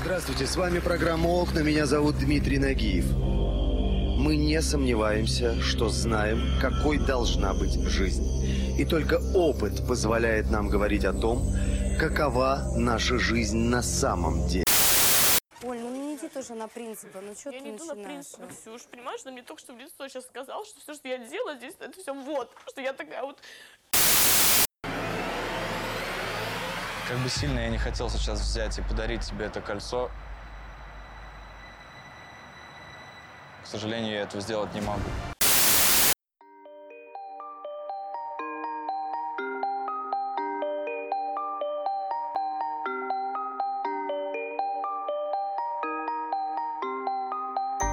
Здравствуйте, с вами программа «Окна». Меня зовут Дмитрий Нагиев. Мы не сомневаемся, что знаем, какой должна быть жизнь. И только опыт позволяет нам говорить о том, какова наша жизнь на самом деле. Оль, ну не иди тоже на принципы, ну что Я ты не иду на начинаешь? принципы, Ксюш, понимаешь, она мне только что в лицо сейчас сказал, что все, что я делала здесь, это все вот, что я такая вот... Как бы сильно я не хотел сейчас взять и подарить тебе это кольцо, к сожалению, я этого сделать не могу. О,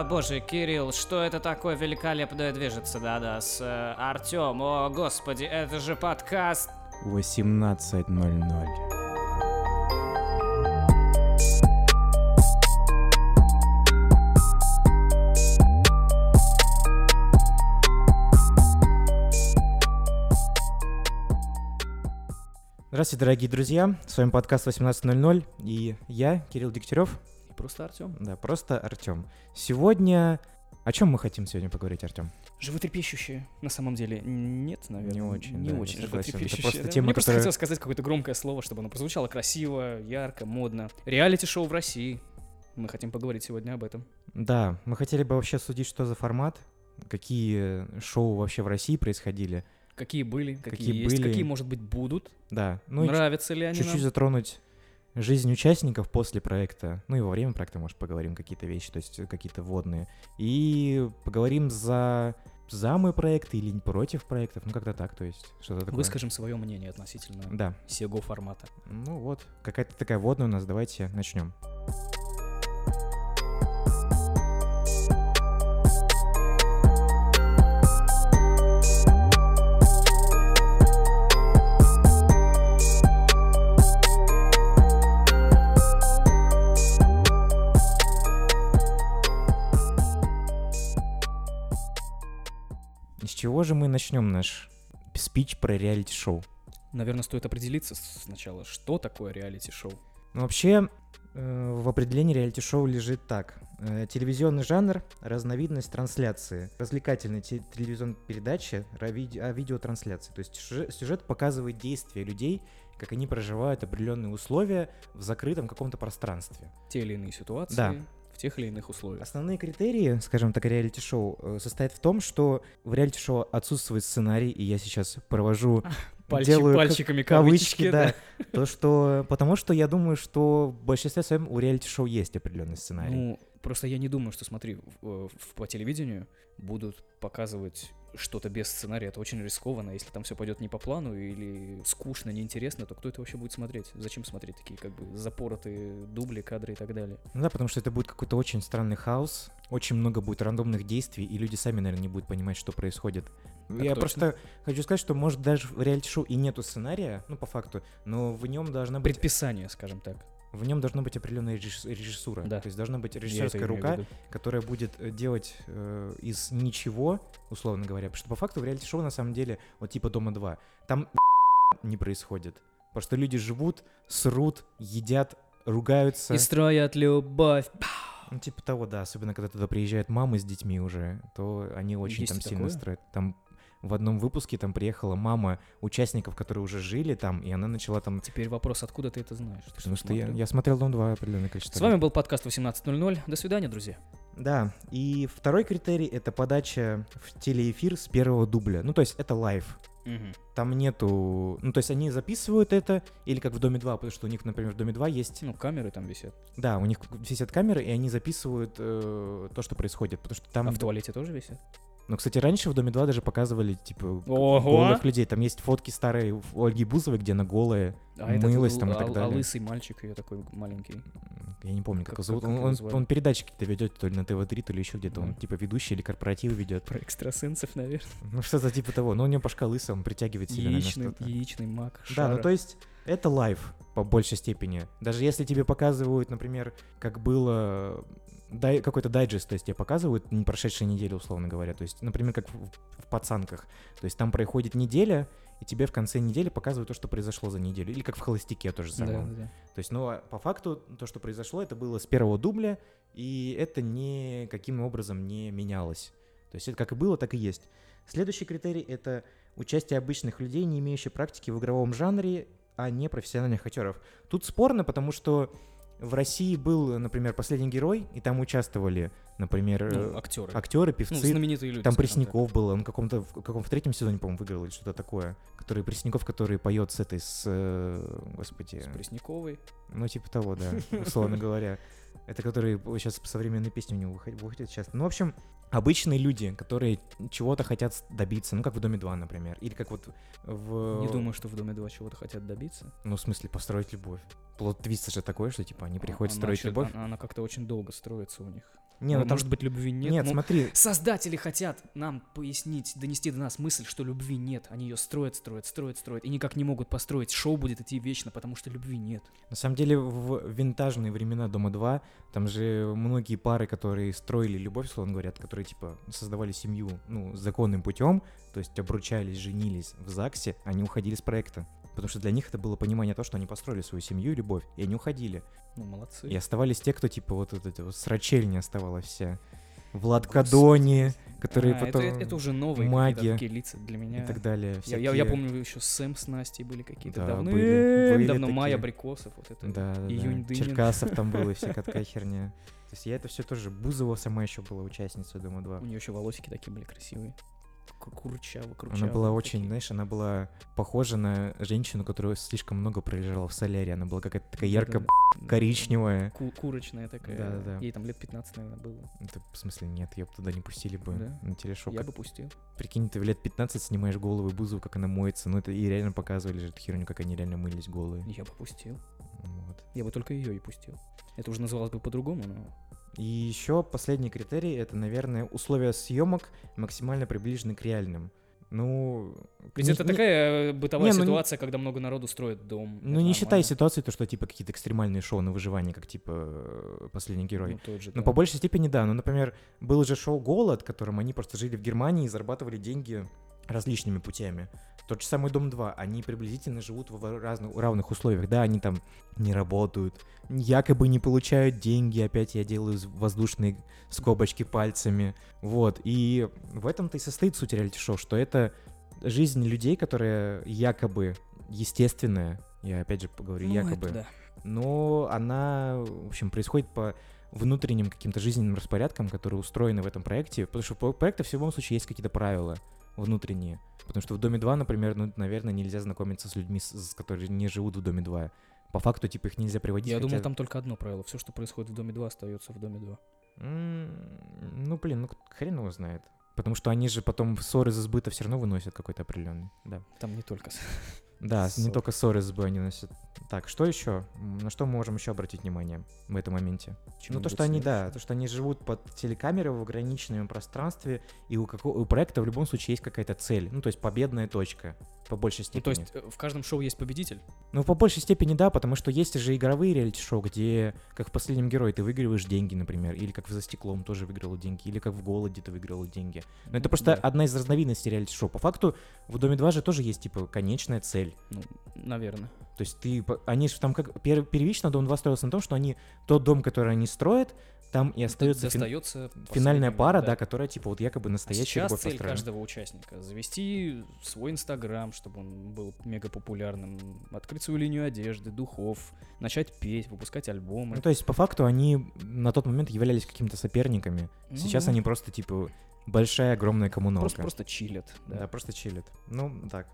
А, боже, Кирилл, что это такое великолепное движется, да-да, с э, Артём, о, господи, это же подкаст 18.00. Здравствуйте, дорогие друзья. С вами подкаст 18.00. И я, Кирилл Дегтярев. И просто Артём. Да, просто Артем. Сегодня... О чем мы хотим сегодня поговорить, Артем? Животрепещущее, на самом деле, нет, наверное. Не очень, Не да, я очень согласен. Это животрепещущее. просто да. тема, Мне просто которая- хотелось сказать какое-то громкое слово, чтобы оно прозвучало красиво, ярко, модно. Реалити-шоу в России. Мы хотим поговорить сегодня об этом. Да, мы хотели бы вообще судить, что за формат, какие э, шоу вообще в России происходили. Какие были, какие, Какие есть, были. какие, может быть, будут. Да, ну и чу- Нравятся ли они чуть-чуть нам? затронуть жизнь участников после проекта, ну и во время проекта, может, поговорим какие-то вещи, то есть э, какие-то водные. И поговорим за замы проекта или против проектов, ну как-то так, то есть что-то такое. Выскажем свое мнение относительно Да, сего формата. ну вот, какая-то такая водная у нас, давайте начнем. С чего же мы начнем наш спич про реалити-шоу? Наверное, стоит определиться с- сначала, что такое реалити-шоу. Ну, Вообще, э, в определении реалити-шоу лежит так. Э, Телевизионный жанр — разновидность трансляции. Развлекательной те- телевизионной передачи ра- виде- о видеотрансляции. То есть сюже- сюжет показывает действия людей, как они проживают определенные условия в закрытом каком-то пространстве. Те или иные ситуации Да. в тех или иных условиях. Основные критерии, скажем так, реалити-шоу э, состоят в том, что в реалити-шоу отсутствует сценарий, и я сейчас провожу... Пальчи- делаю как- пальчиками кавычки, кавычки, да. То, что... Потому что я думаю, что в большинстве своем у реалити-шоу есть определенный сценарий. Ну, просто я не думаю, что, смотри, в- э, в- по телевидению будут показывать что-то без сценария. Это очень рискованно. Если там все пойдет не по плану или скучно, неинтересно, то кто это вообще будет смотреть? Зачем смотреть такие как бы запоротые дубли, кадры и так далее? Ну да, потому что это будет какой-то очень странный хаос, очень много будет рандомных действий, и люди сами, наверное, не будут понимать, что происходит. Я точно. просто хочу сказать, что, может, даже в реалити-шоу и нету сценария, ну, по факту, но в нем должна быть, Предписание, скажем так. в нем должна быть определенная режисс- режиссура. Да. То есть должна быть Я это режиссерская имею в рука, виду. которая будет э, делать э, из ничего, условно говоря, потому что по факту в реалити-шоу на самом деле, вот типа Дома 2, там не происходит. Потому что люди живут, срут, едят, ругаются. И строят любовь. Ну, типа того, да, особенно когда туда приезжают мамы с детьми уже, то они очень Есть там и сильно такое. строят. Там в одном выпуске там приехала мама участников, которые уже жили там, и она начала там... Теперь вопрос, откуда ты это знаешь? Ты Потому что я, смотрел? я смотрел Дом-2 определенное количество С вами лет. был подкаст 18.00. До свидания, друзья. Да, и второй критерий — это подача в телеэфир с первого дубля. Ну, то есть это лайв. Там нету... Ну, то есть они записывают это, или как в Доме 2, потому что у них, например, в Доме 2 есть... Ну, камеры там висят. Да, у них висят камеры, и они записывают э, то, что происходит, потому что там... А в туалете тоже висят? Ну, кстати, раньше в «Доме 2» даже показывали, типа, к- Ого! голых людей. Там есть фотки старые у Ольги Бузовой, где она голая. А этот Мылась л- там и а- так а далее. лысый мальчик ее такой маленький. М, Я не помню, как, Как- его зовут. как- как Он- его он, звали? он передачи какие-то ведет, то ли на ТВ-3, то ли еще где-то. Он, Мгм. типа, ведущий или корпоратив ведет. Про экстрасенсов, наверное. Ну, что-то типа того. Но у него башка лысая, он притягивает себя, наверное, Яичный, что-то. яичный мак. Да, ну то есть Это лайв по большей степени. Даже если тебе показывают, например, как было э, дай- какой-то дайджест, то есть тебе показывают не прошедшие недели, условно говоря. То есть, например, как в, в «Пацанках». То есть там проходит неделя, и тебе в конце недели показывают то, что произошло за неделю. Или как в «Холостяке» тоже Да, самое. да, да. То есть, ну, а по факту, то, что произошло, это было с первого дубля, и это никаким образом не менялось. То есть это как и было, так и есть. Следующий критерий — это участие обычных людей, не имеющих практики в игровом жанре, а не профессиональных актеров. Тут спорно, потому что в России был, например, «Последний герой», и там участвовали, например, Ну, э, актеры. актеры, Ну, певцы, знаменитые люди. там скажем так. Пресняков был, он в каком-то в каком в третьем сезоне, по-моему, выиграл или что-то такое. Который Пресняков, который поет с этой, с, э, господи, С Пресняковой. ну, типа того, да, условно говоря. Это которые сейчас современные песни у него выход- выходят сейчас. Ну, в общем, обычные люди, которые чего-то хотят с- добиться. Ну, как в «Доме 2», например. Или как вот в... Не думаю, что в Доме 2 чего-то хотят добиться. Ну, в смысле, построить любовь. Плод-твист же такой, что, типа, они приходят Она строить чё- любовь. А, Она, она как-то очень долго строится у них. Не, ну, там... может быть, любви нет. Нет, ну, смотри, Создатели хотят нам пояснить, донести до нас мысль, что любви нет. Они ее строят, строят, строят, строят. И никак не могут построить. Шоу будет идти вечно, потому что любви нет. на самом деле, в винтажные времена «Дома 2» там же многие пары, которые строили любовь, условно говоря, которые, типа, создавали семью, ну, законным путем, то есть обручались, женились в ЗАГСе, они уходили с проекта. Потому что для них это было понимание того, что они построили свою семью и любовь, и они уходили. Ну, молодцы. И оставались те, кто, типа, вот этот вот срачельня оставалась вся. Влад Кадони, которые Ну, А, это- потом... это, уже новые какие-то магия такие лица для меня. И так далее. Я, я- я всякие. помню, еще Сэм с Настей были какие-то Да, давно. Э, были- были давно Майя такие. Брикосов, вот это. Да, да, да. Июнь Дынин. Черкасов там было, и вся какая херня. То есть я это все тоже... Бузова сама еще была участница Дома 2. У нее еще волосики такие были красивые. Ку- Курчавы, курчавы. Она была очень, такие. знаешь, она была похожа на женщину, которая слишком много пролежала в соляре. Она была какая-то такая Да-да-да. ярко коричневая. Ку- Курочная такая. Да-да-да. Ей там лет 15, наверное, было. Это, Ну, типа, в смысле, нет, ее бы туда не пустили бы Да. на телешоу. Я Как- бы пустил. Прикинь, ты в лет 15 снимаешь голову и Бузову, как она моется. Ну, это и реально показывали же эту херню, как они реально мылись голые. Я бы пустил. Вот. Я бы только ее и пустил. Это уже называлось бы по-другому, но... И еще последний критерий — это, наверное, условия съемок максимально приближены к реальным. Ну... Ведь не- это не- такая э, бытовая не, ну не- ситуация, когда много народу строит дом. Ну, не считай ситуацию, то, что, типа, какие-то экстремальные шоу на выживание, как, типа, э, «Последний герой». тот же, Ну, да. по большей степени, да. Ну, например, было же шоу «Голод», которым они просто жили в Германии и зарабатывали деньги различными путями. Тот же самый «Дом-2», они приблизительно живут в разных, равных условиях. Да, они там не работают, якобы не получают деньги, опять я делаю з- воздушные скобочки пальцами. Вот, и в этом-то и состоит суть реалити-шоу, что это жизнь людей, которая якобы естественная, я опять же поговорю, Ну, это якобы да. но она, в общем, происходит по внутренним каким-то жизненным распорядкам, которые устроены в этом проекте, потому что у проекта в любом случае есть какие-то правила внутренние, потому что в «Доме 2», например, ну, наверное, нельзя знакомиться с людьми, с, с- которые не живут в «Доме 2», по факту, типа, их нельзя приводить. Я хотя- думал, там только одно правило. Все, что происходит в доме 2, остается в доме 2. М, Ну, блин, ну, хрен его знает. Потому что они же потом ссоры из избыта все равно выносят какой-то определенный. Да. Там не только... Ну, с- Да, с- не Ссор. только ссоры из избы они носят. Так, что еще? М, На что мы можем еще обратить внимание в этом моменте? Ну, то, чем-нибудь что они, да, следующим. то, что они живут под телекамерой в ограниченном пространстве, и у, какого, у проекта в любом случае есть какая-то цель. Ну, то есть победная точка, по большей Ну, степени. то есть э, в каждом шоу есть победитель. Ну, по большей степени, да, потому что есть же игровые реалити-шоу, где, как в «Последнем герое», ты выигрываешь деньги, например, или как в «За стеклом» тоже выиграл деньги, или как в «Голоде» ты выиграл деньги. Но это просто Да. одна из разновидностей реалити-шоу. По факту, в «Доме 2» же тоже есть, типа, конечная цель. Ну, наверное. То есть ты, по- они же там как... пер- Первично «Дом 2» строился на том, что они... Тот дом, который они строят, Ну, там и остается фин- Достается... финальная последнему, пара, да. которая, типа, вот якобы А настоящая Сейчас любовь цель построена. каждого участника завести свой инстаграм, чтобы он был мега популярным, открыть свою линию одежды, духов, начать петь, выпускать альбомы. Ну, то есть, по факту, они на тот момент являлись какими-то соперниками. Ну Сейчас да. они просто, типа, большая, огромная коммуналка. просто, просто чилят. да. Да. просто чилит. Ну, так.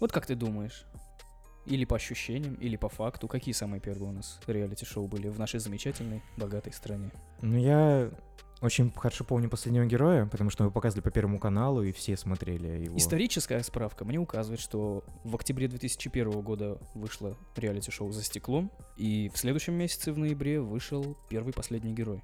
Вот как ты думаешь? Или по ощущениям, или по факту, какие самые первые у нас реалити-шоу были в нашей замечательной, богатой стране? Ну, я Очень хорошо помню последнего героя, потому что его показывали по Первому каналу, и все смотрели его. Историческая справка мне указывает, что в октябре 2001 года вышло реалити-шоу «За стеклом», и в следующем месяце, в ноябре, вышел первый «Последний герой».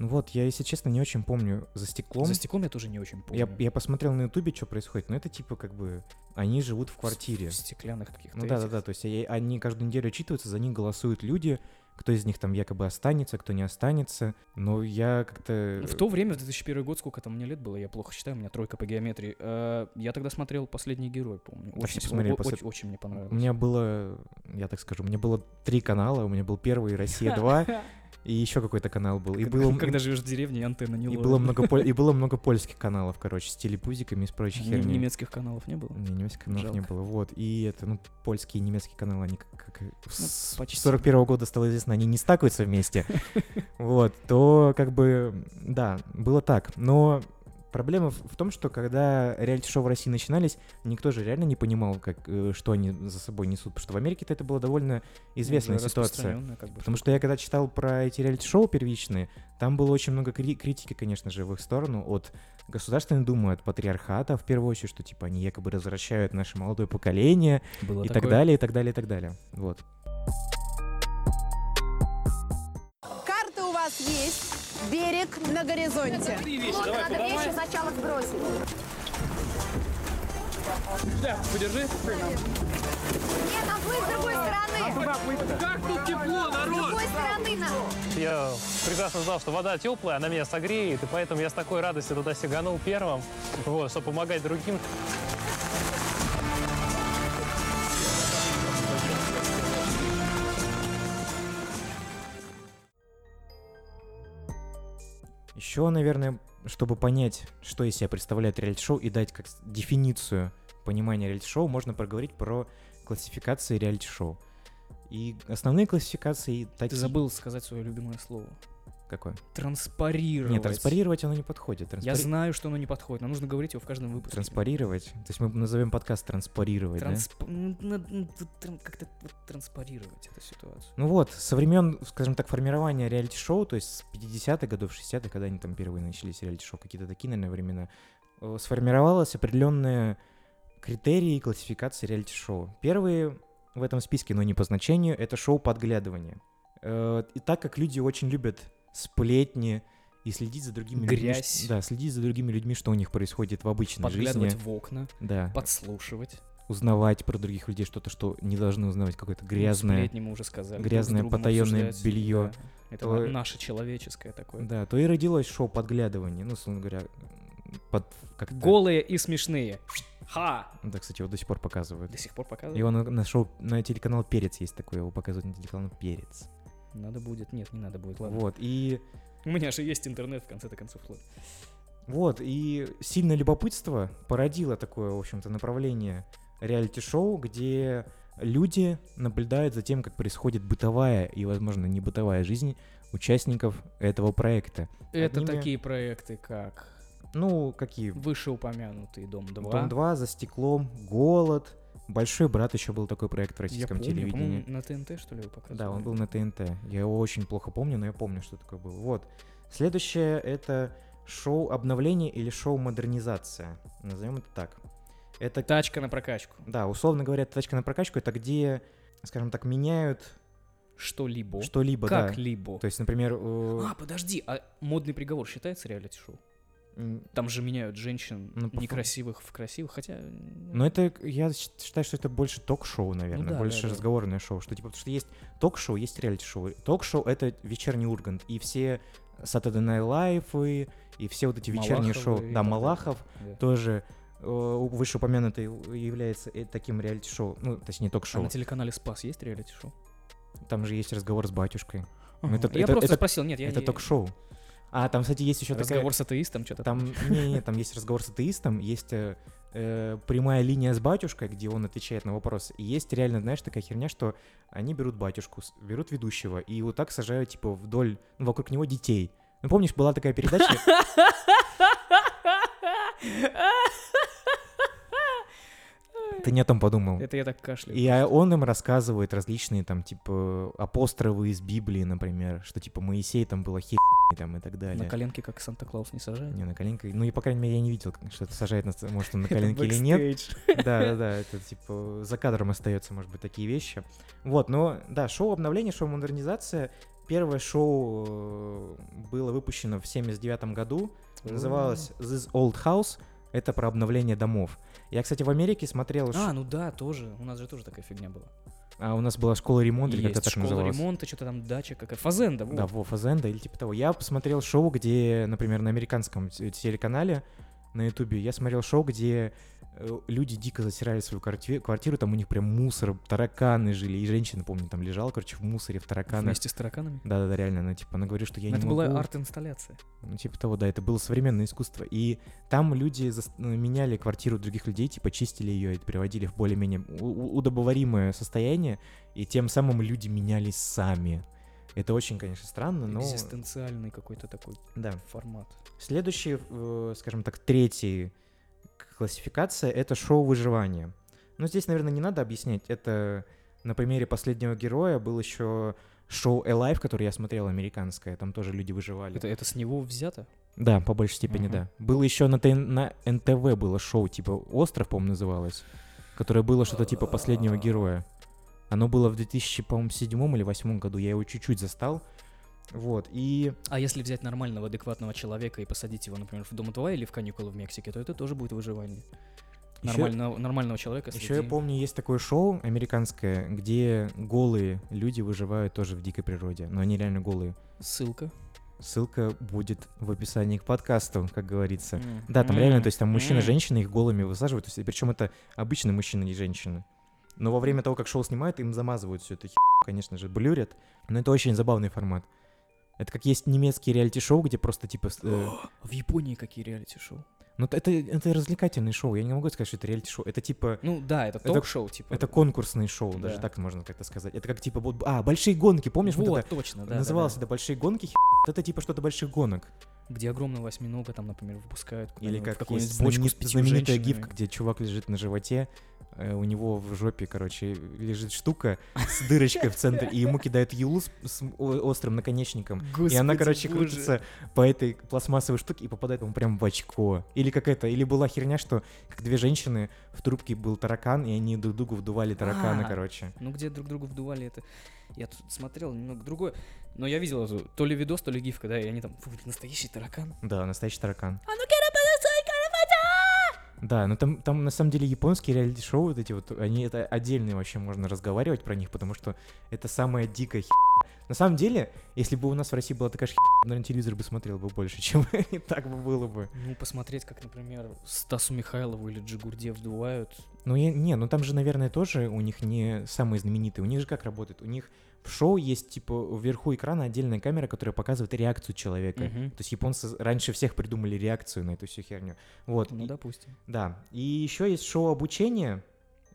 Ну вот, я, если честно, не очень помню за стеклом. «За стеклом» я тоже не очень помню. Я, я посмотрел на Ютубе, что происходит, но это типа как бы они живут в В- квартире. В стеклянных каких-то Ну да, да, этих. да. То есть э, они каждую неделю отчитываются, за них голосуют люди, кто из них там якобы останется, кто не останется. Но я как-то. Ну, В то время, в 2001 год, сколько там мне лет было, я плохо считаю, у меня тройка по геометрии. Э, Я тогда смотрел «Последний герой», помню. Так, Очень, не смотрели о- о- послед- очень, очень мне понравилось. У меня было, я так скажу, у меня было три канала. У меня был первый Россия 2 и еще какой-то канал был. И Когда- было, Когда живешь в деревне, и антенна не ну, и ловит. было много пол- и было много польских каналов, короче, с телепузиками и с прочей Ни- херней. Немецких каналов не было? Не, немецких каналов не Жалко. Ну, было. Вот. И это, ну, польские и немецкие каналы, они как, как с почти. 41 года стало известно, они не стакаются вместе. Вот. То, как бы, да, было так. Но проблема в в том, что когда реалити-шоу в России начинались, никто же реально не понимал, как, э, что они за собой несут. Потому что в Америке-то это была довольно известная Уже ситуация. распространенная как бы Потому что я когда читал про эти реалити-шоу первичные, там было очень много кри- критики, конечно же, в их сторону от Государственной Думы, от патриархата, в первую очередь, что типа они якобы развращают наше молодое поколение Было и так такое. далее, и так далее, и так далее. Вот. Карты у вас есть. Берег на горизонте. Лодку надо вещи сначала сбросить. подержи. Нет, а плыть с другой стороны. Как тут тепло, народ? С другой стороны надо. Я прекрасно знал, что вода теплая, она меня согреет, и поэтому я с такой радостью туда сиганул первым, вот, чтобы помогать другим. Еще, наверное, чтобы понять, что из себя представляет реалити-шоу и дать как с- дефиницию понимания реалити-шоу, можно проговорить про классификации реалити-шоу. И основные классификации... Ты такие- забыл сказать свое любимое слово. Какое? Транспарировать. Нет, транспарировать оно не подходит. Я Транспари- знаю, что оно не подходит, но нужно говорить его в каждом выпуске. Транспарировать. То есть мы назовем подкаст транспарировать, да? Трансп- м, надо- м, тут тран- Как-то ну, вот транспарировать эту ситуацию. Ну вот, со времен, скажем так, формирования реалити-шоу, то есть с 50-х годов, 60-х, когда они там первые начались реалити-шоу, какие-то такие, наверное, времена, э, сформировалось определенные критерии классификации реалити-шоу. Первые в этом списке, но не по значению, это шоу подглядывания. Э, И так как люди очень любят сплетни и следить за другими людьми, Грязь. ш- да, следить за другими людьми, что у них происходит в обычной Подглядывать жизни, в окна, да, подслушивать. узнавать про других людей что-то, что не должны узнавать, какое-то грязное, Ну, Сплетни мы уже сказали. друг с грязное другом потаённое обсуждать, бельё. да. Это То- на- наше человеческое такое. Да, то и родилось шоу подглядывание, ну, условно говоря, под как Голые и смешные. Ха! Да, кстати, его до сих пор показывают. До сих пор И показывают. он на шоу, на телеканал Перец есть такой, его показывают на телеканал Перец. Надо будет. Нет, не надо будет. Ладно. Вот, и У меня же есть интернет в конце-то концов. ладно. вот, и сильное любопытство породило такое, в общем-то, направление реалити-шоу, где люди наблюдают за тем, как происходит бытовая и, возможно, не бытовая жизнь участников этого проекта. Это Одними- такие проекты, как Ну, какие вышеупомянутый Дом 2. Дом 2, За стеклом, Голод. Большой брат еще был такой проект в Я российском помню, телевидении. по-моему, на ТНТ, что ли, его показывали? Да, он был на ТНТ. Я его очень плохо помню, но я помню, что такое было. Вот. Следующее это шоу обновление или шоу модернизация. Назовем это так. Это, Тачка на прокачку. да, условно говоря, тачка на прокачку, это где, скажем так, меняют Что-либо. что-либо, да. Как-либо. То есть, например, э, А, подожди, а модный приговор считается реалити-шоу? м, Там же меняют женщин Ну, по фа- некрасивых в красивых, хотя... ну, но это, я щ- считаю, что это больше ток-шоу, наверное, да, больше да, да. разговорное шоу, что типа, потому что есть ток-шоу, есть реалити-шоу. Ток-шоу — это вечерний Ургант, и все Saturday Night Live, и, и все вот эти вечерние Малаховы шоу, и да, так далее. Малахов, Да. тоже э, вышеупомянутый является э, таким реалити-шоу, ну, точнее, А ток-шоу. на телеканале Спас есть реалити-шоу? Там же есть разговор с батюшкой. Ну, Ага. это- я это- просто это- спросил, нет, я Это не- ток-шоу. А, там, кстати, есть еще Разговор с атеистом, что-то такая... Там, не-не-не, там есть разговор с атеистом, есть э, э, прямая линия с батюшкой, где он отвечает на вопрос. И есть реально, знаешь, такая херня, что они берут батюшку, с- берут ведущего, и вот так сажают, типа, вдоль, ну, вокруг него детей. Ну, помнишь, была такая передача? Ты не о том подумал. Это я так кашляю. И а он им рассказывает различные там, типа, апострофы из Библии, например, что, типа, Моисей там была хер там и так далее. На коленке как Санта-Клаус не сажает. Не, на коленке. Ну, и, по крайней мере, я не видел, что это сажает, на сц- может, он на коленке или нет. Да, да, да, это типа за кадром остается, может быть, такие вещи. Вот, но да, шоу обновление, шоу модернизация. Первое шоу э, было выпущено в 79 году. Называлось This Old House. Это про обновление домов. Я, кстати, в Америке смотрел... ш- А, ну да, тоже. У нас же тоже такая фигня была. А у нас была школа ремонта, или как-то Есть так школа называлась. ремонта, что-то там дача какая Фазенда, Да, вот. Вов Азенда или типа того. Я посмотрел шоу, где, например, на американском те- э, телеканале на Ютубе я смотрел шоу, где э, люди дико засирали свою квартиру, квартиру, там у них прям мусор, тараканы жили, и женщина, помню, там лежала, короче, в мусоре, в тараканах. Вместе с тараканами. Да-да-да, реально, она типа, она говорит, что я это не была могу. арт-инсталляция. Ну, типа того, да, это было современное искусство. И там люди зас- ну, меняли квартиру других людей, типа чистили ее и приводили в более-менее у- у- удобоваримое состояние, и тем самым люди менялись сами. Это очень, конечно, странно, но... Экзистенциальный какой-то такой Да. формат. Следующий, э, скажем так, третий к- классификация — это шоу выживания. Ну, здесь, наверное, не надо объяснять. Это на примере «Последнего героя» был еще шоу Alive, которое я смотрел, американское. Там тоже люди выживали. Это, это с него взято? Да, по большей степени, Мгм. да. Было еще на, ТН на НТВ было шоу, типа «Остров», по-моему, называлось, которое было что-то типа «Последнего героя». Оно было в 2007 или 2008 году, я его чуть-чуть застал. Вот, и... А если взять нормального, адекватного человека и посадить его, например, в Дом 2 или в каникулы в Мексике, то это тоже будет выживание. Ещё- Нормального, нормального человека Еще я среди- помню, есть такое шоу американское, где голые люди выживают тоже в дикой природе, но они реально голые. Ссылка. Ссылка будет в описании к подкасту, как говорится. Да, там реально, то есть там мужчина, М-м-м. М. женщина их голыми высаживают, то есть, причем это обычные мужчины и женщины. Но во время того, как шоу снимают, им замазывают всю эту херню, конечно же, блюрят. Но это очень забавный формат. Это как есть немецкие реалити-шоу, где просто типа... с- э, В Японии какие реалити-шоу? ну, это, это развлекательные шоу, я не могу сказать, что это реалити-шоу. Это типа... Ну да, это Это- ток-шоу, типа. Это конкурсные шоу, даже Да. так можно как-то сказать. Это как типа вот, а большие гонки, помнишь, вот, вот, это точно, да. называлось да, это большие гонки. хи- вот Это типа что-то больших гонок да. Где огромного восьминога там, например, выпускают или куда-нибудь в как какую-нибудь есть бочку знаменит- с пятью знаменитая женщинами. гифка, где чувак лежит на животе, э, у него в жопе, короче, лежит штука с дырочкой в центре, и ему кидают юлу с, с м- о- острым наконечником, и она, Господи, короче, боже. крутится по этой пластмассовой штуке и попадает ему прям в очко. Или как это, или была херня, что как две женщины в трубке был таракан, и они друг другу вдували таракана, А. короче. Ну, где друг другу вдували это. Я тут смотрел немного другое. Но я видел эту то ли видос, то ли гифка, да, и они там, фу, это настоящий таракан. Да, настоящий таракан. Да, но там, там на самом деле японские реалити-шоу вот эти вот, они это отдельные вообще можно разговаривать про них, потому что это самая дикая хи... На самом деле, если бы у нас в России была такая же хи... наверное, телевизор бы смотрел бы больше, чем и так бы было бы. Ну, посмотреть, как, например, Стасу Михайлову или Джигурде вдувают. Ну, я, не, ну там же, наверное, тоже у них не самые знаменитые. У них же как работает? У них в шоу есть, типа, вверху экрана отдельная камера, которая показывает реакцию человека. Мгм. То есть японцы раньше всех придумали реакцию на эту всю херню. Вот. Ну, и- допустим. Да. И еще есть шоу обучения.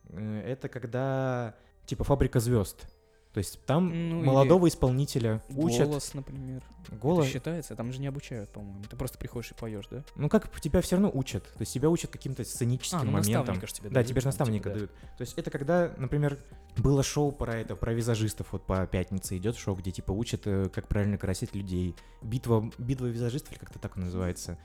Э, Это когда типа фабрика звезд. То есть там Ну, или молодого исполнителя учат голос. Голос, например. Это считается? Там же не обучают, по-моему. Ты просто приходишь и поешь, да? Ну как тебя все равно учат. То есть тебя учат каким-то сценическим А, ну, моментом. наставника ж тебе Да, дают, тебе же там, наставника типа, да. дают. То есть это когда, например, было шоу про это, про визажистов, вот по пятнице идет шоу, где типа учат, э, как правильно красить людей. Битва, битва визажистов, или как-то так он называется.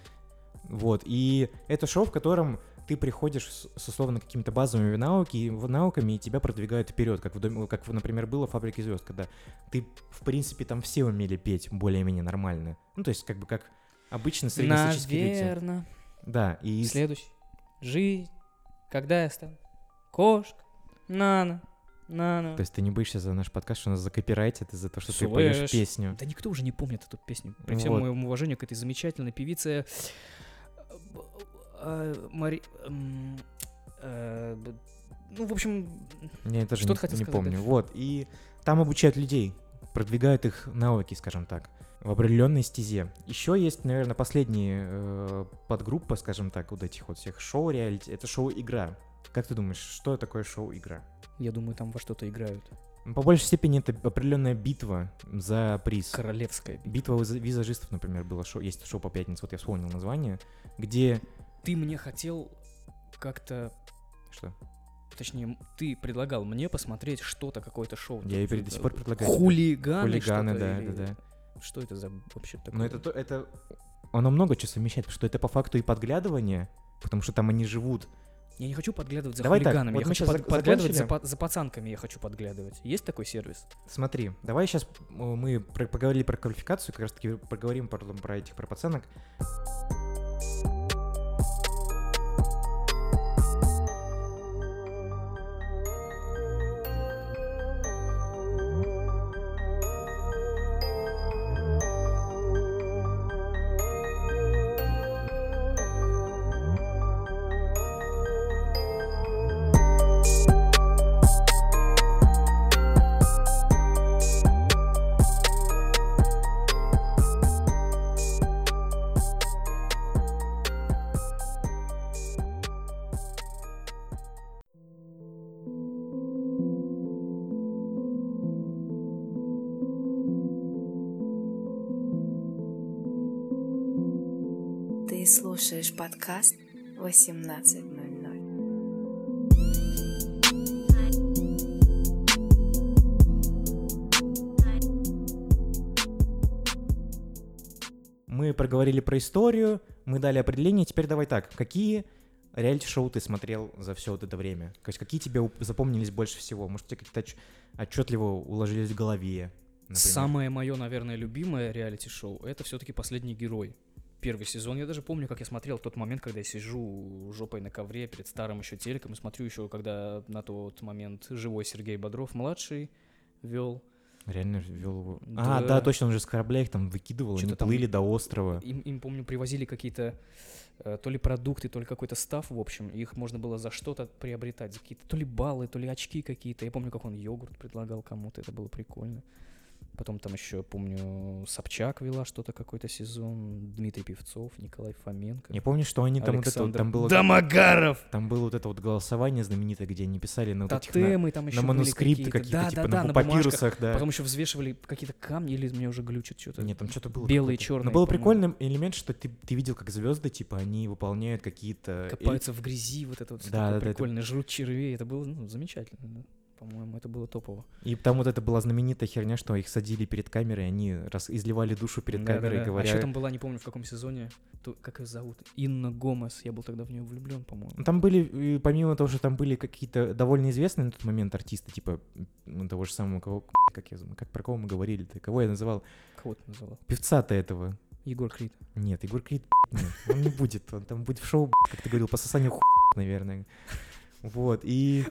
Вот, и это шоу, в котором ты приходишь с, с условно какими-то базовыми науки, в- науками, и тебя продвигают вперед, как, в доме, как, например, было в «Фабрике звезд», когда ты, в принципе, там все умели петь более-менее нормально. Ну, то есть, как бы, как обычно среднестатистические люди. Наверно. Да, и И следующий. Жизнь. Когда я стану? Кошка. Нана. Нана. То есть ты не боишься за наш подкаст, что нас закопирайтят из-за того, что ты Слышь. поешь песню. Да никто уже не помнит эту песню. При всем Вот. моем уважении к этой замечательной певице. э, б- э, Мари... эм, э, б- Ну, в общем, Я это же Что не, ты хотел не сказать помню. дальше? Вот, и там обучают людей, продвигают их навыки, скажем так, в определенной стезе. Еще есть, наверное, последняя э, подгруппа, скажем так, вот этих вот всех шоу реалити. Это шоу-игра. Как ты думаешь, что такое шоу-игра? я думаю, там во что-то играют. Ну, По большей степени это определенная битва за приз. Королевская. битва. Битва виза- визажистов, например, было шоу, есть шоу по пятницам, вот я вспомнил название, где... Ты мне хотел как-то Что? Точнее, ты предлагал мне посмотреть что-то, какое-то шоу. Я и Тут, перед- до сих пор э, предлагаю. Хулиганы Хулиганы, что-то да, или- да, Ну, да. Что это за вообще такое? Но это, то- это... Оно много чего совмещает, потому что это по факту и подглядывание, потому что там они живут. Я не хочу подглядывать за Давай так, хулиганами, вот я мы хочу щас под- зак- подглядывать за, закончили. па- за пацанками, я хочу подглядывать. Есть такой сервис? Смотри, давай сейчас мы про- поговорили про квалификацию, как раз таки поговорим потом про этих, про пацанок. Ты слушаешь подкаст 1800. Мы проговорили про историю, мы дали определение. Теперь давай так, какие реалити-шоу ты смотрел за все вот это время? То есть какие тебе уп- запомнились больше всего? Может, тебе какие-то отч- отчетливо уложились в голове? например? Самое мое, наверное, любимое реалити-шоу это все-таки последний герой. Первый сезон. Я даже помню, как я смотрел тот момент, когда я сижу жопой на ковре перед старым еще телеком и смотрю еще, когда на тот момент живой Сергей Бодров младший вел. Реально вел его... Да. А, да, точно, он же с корабля их там выкидывал, они Чё-то там- плыли до острова. Им, им, помню, привозили какие-то э, то ли продукты, то ли какой-то став, в общем, и их можно было за что-то приобретать, за какие-то то ли баллы, то ли очки какие-то. Я помню, как он йогурт предлагал кому-то, это было прикольно. Потом там еще, помню, Собчак вела что-то какой-то сезон, Дмитрий Певцов, Николай Фоменко. Я помню, что они там вот это вот, Александр там было... Домогаров! Там было вот это вот голосование знаменитое, где они писали на вот этих на- Тотемы там еще на были манускрипты какие-то, какие-то. Да, типа да, да, на, на бумажках. папирусах, да. Потом еще взвешивали какие-то камни, или мне уже глючит что-то. Нет, там что-то было. белые, какое-то. черные, Но был по-моему. прикольный элемент, что ты, ты видел, как звезды, типа, они выполняют какие-то... эль- Копаются в грязи, вот это вот всё Да, такое да, да, это- прикольное, жрут червей. Это было ну, замечательно, да. По-моему, это было топово. И там вот это была знаменитая херня, что их садили перед камерой, они раз изливали душу перед Да-да-да. камерой, А еще говоря... там была, не помню, в каком сезоне, ту- как ее зовут, Инна Гомес. Я был тогда в нее влюблен, по-моему. Ну, Там были, э, помимо того, что там были какие-то довольно известные на тот момент артисты, типа м, ну, того же самого, кого, как я зам- как про кого мы говорили-то, кого я называл, Кого ты назвала? певца-то этого. Егор Крид. Нет, Егор Крид, нет, он не будет, он там будет в шоу, как ты говорил, по сосанию хуй, наверное. Вот, и...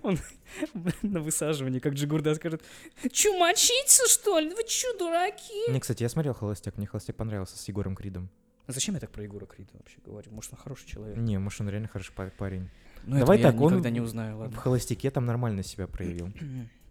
На высаживании, как Джигурда скажет, «Чё, мочиться, что ли? Вы чё, дураки?» Не, кстати, я смотрел «Холостяк», мне «Холостяк» понравился с Егором Кридом. А Зачем я так про Егора Крида вообще говорю? Может, он хороший человек? Не, может, он реально хороший пар- парень. Ну, Давай это я так, он- никогда не узнаю, В ладно. «Холостяке» там нормально себя проявил.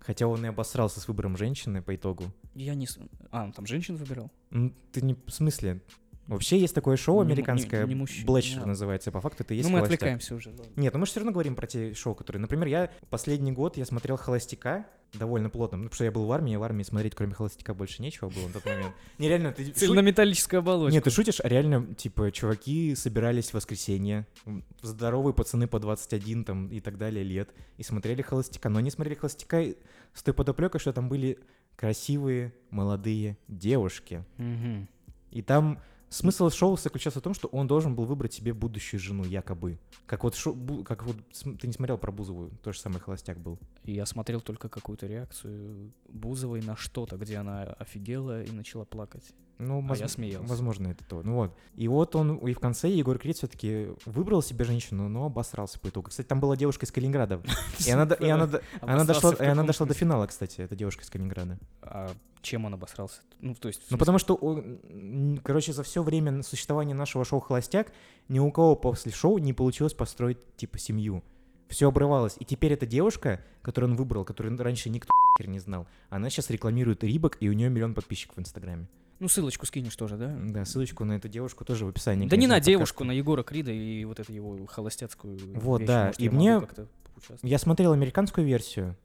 Хотя он и обосрался с выбором женщины по итогу. Я не... с- А, он там женщин выбирал? Ну, ты не... В смысле? Вообще есть такое шоу Не му- не- американское, не мужчина, Блэчер ладно. называется, по факту это и есть ну, мы «Холостяк». отвлекаемся уже. ладно. Нет, ну мы же все равно говорим про те шоу, которые... Например, я последний год я смотрел «Холостяка», довольно плотно, ну, потому что я был в армии, а в армии смотреть, кроме «Холостяка», больше нечего было на тот момент. Нереально, ты... шу- Цельнометаллическая оболочка. Нет, ты шутишь, а реально, типа, чуваки собирались в воскресенье, м, здоровые пацаны по 21 там и так далее лет, и смотрели «Холостяка». Но они смотрели «Холостяка» и- с той подоплекой, что там были красивые молодые девушки. Мгм. И там смысл шоу заключался в том, что он должен был выбрать себе будущую жену, якобы. Как вот, шо- бу- как вот см- ты не смотрел про Бузову, то же самое холостяк был. И Я смотрел только какую-то реакцию Бузовой на что-то, где она офигела и начала плакать. Ну, А я смеялся. Возможно, это то. Ну вот. И вот он, и в конце Егор Крид все-таки выбрал себе женщину, но обосрался по итогу. Кстати, там была девушка из Калининграда. И она, до- и она, до- она Обосрался дошла, в и она каком дошла до смысле? финала, кстати, эта девушка из Калининграда. А чем он обосрался? Ну, то есть... в Ну, смысле, потому что, он, м, короче, за все время существования нашего шоу «Холостяк» ни у кого после шоу не получилось построить, типа, семью. Все обрывалось. И теперь эта девушка, которую он выбрал, которую раньше никто нахер не знал, она сейчас рекламирует Рибок, и у нее миллион подписчиков в Инстаграме. Ну, ссылочку скинешь тоже, да? Да, ссылочку на эту девушку тоже в описании. Хм. Да не конечно, на подкаста. девушку, на Егора Крида и вот эту его холостяцкую Вот, вещь. да, Может, и я мне- могу как-то поучаствовать? Я смотрел американскую версию,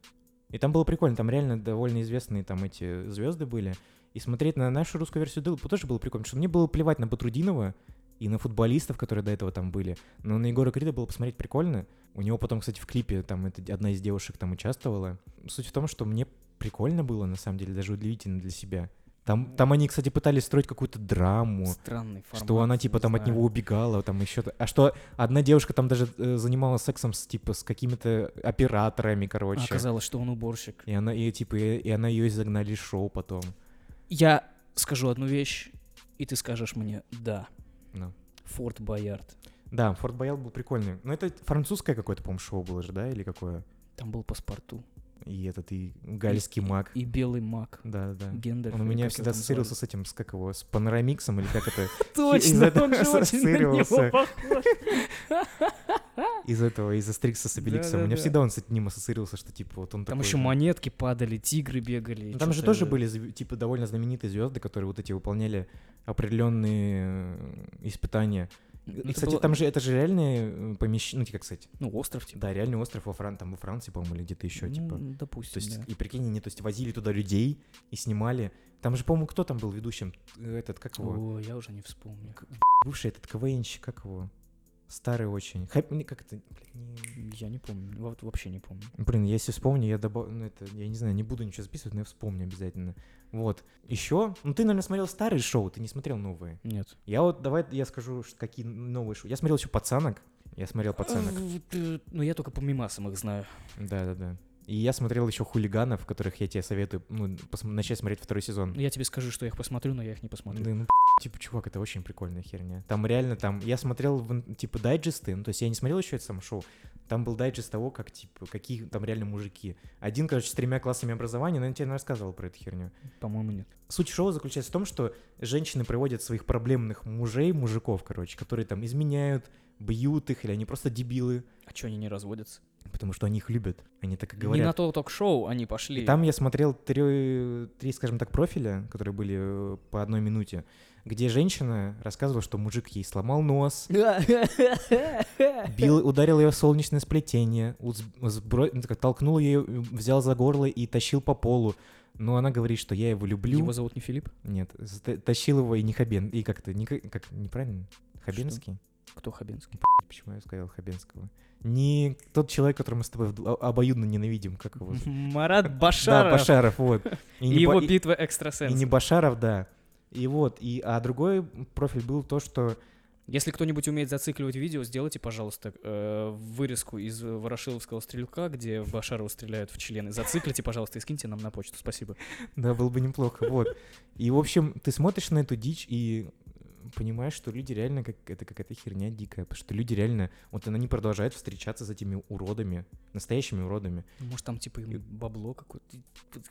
и там было прикольно, там реально довольно известные там эти звезды были. И смотреть на нашу русскую версию дыл- тоже было прикольно, потому что мне было плевать на Батрудинова и на футболистов, которые до этого там были. Но на Егора Крида было посмотреть прикольно. У него потом, кстати, в клипе там это, одна из девушек там участвовала. Суть в том, что мне прикольно было, на самом деле, даже удивительно для себя. Там, там они, кстати, пытались строить какую-то драму. Странный формат. Что она типа не там от знаю. него убегала, там еще, а что одна девушка там даже э, занималась сексом с типа с какими-то операторами, короче. А Оказалось, что он уборщик. И она и типа и, и она ее изогнали из шоу потом. Я скажу одну вещь, и ты скажешь мне «да». Ну. Форт Боярд. Да, Форт Боярд был прикольный. Но это французское какое-то, по-моему, шоу было же, да, или какое? Там был паспорту. И этот и гальский маг. И белый маг. Да, да. Гендер. Он у меня всегда ассоциировался с этим, с как его, с панорамиксом или как это? из-за Точно, этого он же очень на него ассоциировался. похож. Из этого, из-за Астерикса с Обеликсом. У меня Да-да-да. всегда он с ним ассоциировался, что типа вот он Там такой, еще ну, монетки падали, тигры бегали. и Ну, там же чё-то- тоже были зв- типа довольно знаменитые звезды, которые вот эти выполняли определенные э, испытания. И, Ну, это кстати, было- там же это же реальные помещения, ну как сказать, Ну, остров, типа. да, реальный остров во Фран... там во Франции, по-моему, или где-то еще, Ну, типа. То допустим, есть, да. и прикинь, они, то есть, возили туда людей и снимали. Там же, по-моему, кто там был ведущим? Э, Этот, как его? О, я уже не вспомню. Бывший этот КВНщик, как его? Старый очень. Хайп, не, как это, блин, не- Я не помню, ну, вот вообще не помню. Блин, я если вспомню, я добавлю, ну это, я не знаю, не буду ничего записывать, но я вспомню обязательно. Вот. Еще, ну ты, наверное, смотрел старые шоу, ты не смотрел новые. Нет. Я вот, давай я скажу, ш- какие новые шоу. Я смотрел еще «Пацанок». Я смотрел «Пацанок». Ну, я только по мимасам их знаю. Да-да-да. И я смотрел еще «Хулиганов», которых я тебе советую ну, пос- начать смотреть второй сезон. Я тебе скажу, что я их посмотрю, но я их не посмотрю. Да, ну, типа, чувак, это очень прикольная херня. Там реально, там, я смотрел, в ин- типа, дайджесты, ну, то есть я не смотрел еще это сам шоу, там был дайджест того, как, типа, какие там реально мужики. Один, короче, с тремя классами образования, но я тебе наверное, рассказывал про эту херню. По-моему, нет. Суть шоу заключается в том, что женщины приводят своих проблемных мужей, мужиков, короче, которые там изменяют, бьют их, или они просто дебилы, А что они не разводятся? потому что они их любят. Они так и Не говорят. на то ток-шоу они пошли. И там я смотрел три, три, скажем так, профиля, которые были э, по одной минуте, где женщина рассказывала, что мужик ей сломал нос, бил, ударил ее в солнечное сплетение, уз- сбро- ну, как толкнул ее, взял за горло и тащил по полу. Но она говорит, что я его люблю. Его зовут не Филипп? Нет, ста- тащил его и не Хабен... И как-то... Не... Ка- Как... Неправильно? Хабенский? Кто Хабенский? Почему я сказал Хабенского? Не тот человек, которого мы с тобой вдво- обоюдно ненавидим. Как его? зовут? Марат Да, Башаров. Башаров, вот. И, не его Ба- и- битва И экстрасенсов. не Башаров, да. И вот, и, а другой профиль был то, что... Если кто-нибудь умеет зацикливать видео, сделайте, пожалуйста, э, вырезку из э, Ворошиловского стрелка, где в Башарова стреляют в члены. Зациклите, пожалуйста, и скиньте нам на почту. Спасибо. Да, было бы неплохо, вот. И, в общем, ты смотришь на эту дичь и понимаешь, что люди реально, как это какая-то херня дикая, потому что люди реально, вот она не продолжает встречаться с этими уродами, настоящими уродами. Ну, Может, там типа им бабло какое-то.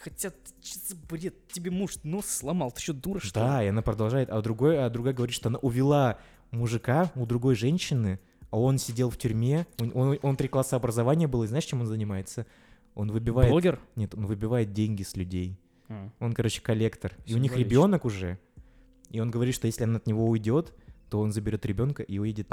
Хотя, ты чё за бред? Тебе муж нос Ну, сломал. Ты что, дура, что ли? Да, и она продолжает, а другой, а другая говорит, что она увела мужика у другой женщины, а он сидел в тюрьме, он, он- он три класса образования был, и знаешь, чем он занимается? Он выбивает... Блогер? Нет, он выбивает деньги с людей. А. Он, короче, коллектор. И у них Символично. ребенок уже. И он говорит, что если она от него уйдет, то он заберет ребенка и уедет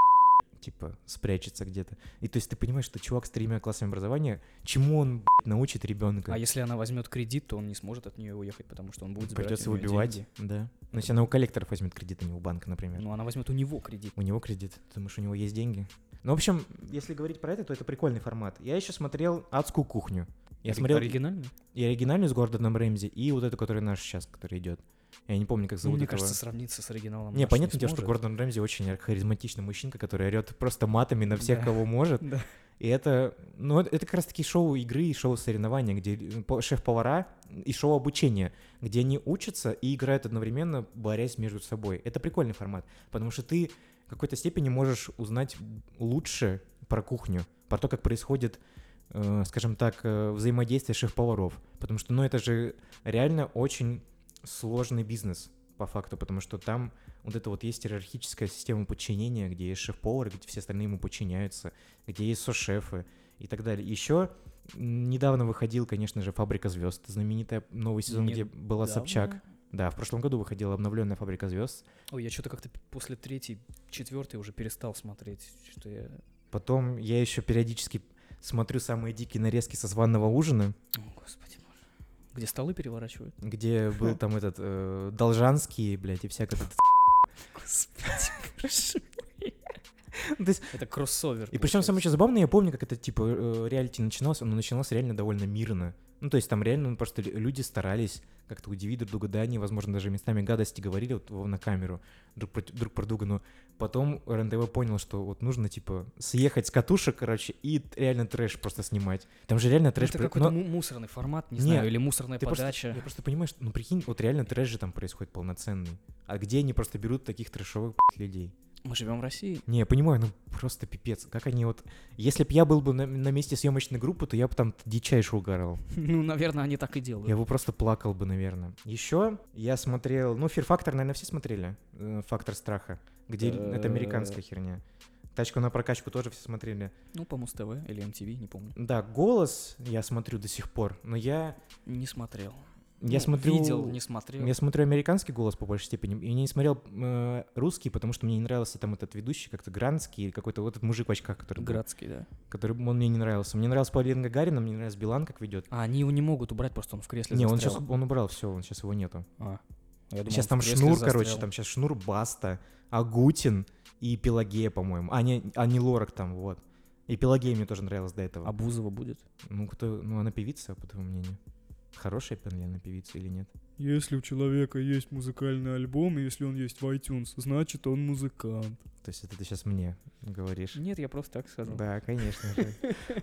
типа спрячется где-то. И то есть ты понимаешь, что чувак с тремя классами образования, чему он блядь, научит ребенка? А если она возьмет кредит, то он не сможет от нее уехать, потому что он будет забирать Придется у неё выбивать. деньги. Да. Ну, если она у коллекторов возьмет кредит, а не у банка, например. Ну, она возьмет у него кредит. У него кредит, ты думаешь, у него есть деньги? Ну, в общем, если говорить про это, то это прикольный формат. Я еще смотрел «Адскую кухню». Я Ори- смотрел оригинально. и оригинальную с Гордоном Рэмзи, и вот эту, которая наш сейчас, которая идет. Я не помню, как Ну, зовут мне этого. кажется, сравниться с оригиналом. Не, наш понятно дело, что сможет. Гордон Рэмзи очень харизматичный мужчинка, который орет просто матами на всех, кого может. Да. И это, ну, это это как раз таки шоу игры и шоу соревнования, где э, по- шеф-повара и шоу обучения, где они учатся и играют одновременно, борясь между собой. Это прикольный формат, потому что ты в какой-то степени можешь узнать лучше про кухню, про то, как происходит, э, скажем так, э, взаимодействие шеф-поваров. Потому что, ну, это же реально очень сложный бизнес по факту, потому что там вот это вот есть иерархическая система подчинения, где есть шеф-повар, где все остальные ему подчиняются, где есть со-шефы и так далее. Еще недавно выходил, конечно же, «Фабрика звезд», знаменитая новый сезон, где была Недавно? Собчак. Да, в прошлом году выходила обновленная «Фабрика звезд». Ой, я что-то как-то после третьей, четвертой уже перестал смотреть, что я... Потом я еще периодически смотрю самые дикие нарезки со званого ужина, О, господи боже. Где столы переворачивают? где был там этот э, Должанский, блядь, и всякая Господи. Боже мой. То есть Это кроссовер. И причем самое получается. еще забавное, я помню, как это типа э, реалити начиналось, оно начиналось реально довольно мирно. Ну, то есть там реально ну, просто лю- люди старались как-то удивить друг друга, да, они, возможно, даже местами гадости говорили вот во- на камеру друг, против- друг про друга, но потом РНТВ понял, что вот нужно, типа, съехать с катушек, короче, и т- реально трэш просто снимать. Там же реально трэш... Ну, Это про- какой-то но му- мусорный формат, не Не, знаю, или мусорная ты просто- подача. я просто понимаю, что, ну, прикинь, вот реально трэш же там происходит полноценный. А где они просто берут таких трэшовых блядь, людей? Мы живем в России. Не, я понимаю, ну просто пипец. Как они вот... Если бы я был бы на, на месте съемочной группы, то я бы там дичайше угорал. Ну, наверное, они так и делают. Я бы просто плакал бы, наверное. Еще я смотрел... Ну, Fear Factor, наверное, все смотрели. э, Фактор страха. Где л- это Э. американская херня. Тачку на прокачку тоже все смотрели. Ну, по Муз-ТВ или МТВ, не помню. Да, голос я смотрю до сих пор, но я... Не смотрел. Я Ну, смотрю... Видел, не смотрел. Я смотрю американский голос по большей степени. И не смотрел э, русский, потому что мне не нравился там этот ведущий, как-то Гранский или какой-то вот этот мужик в очках, Ну, который был. Градский, да. который он мне не нравился. Мне нравился Павлин Гагарин, а мне не нравился Билан, как ведет. А, они его не могут убрать, просто он в кресле Не, он застрял. сейчас он убрал все, он сейчас его нету. А, я думал, сейчас он в там кресле шнур, застрял. короче, там сейчас шнур Баста, Агутин и Пелагея, по-моему. А не, а не Лорак там, вот. И Пелагея мне тоже нравилась до этого. А Бузова будет? Ну, кто, ну, она певица, по твоему мнению. Хорошая Пенлена певица или нет? Если у человека есть музыкальный альбом, и если он есть в iTunes, значит он музыкант. То есть это ты сейчас мне говоришь. Нет, я просто так сказал. Да, конечно же.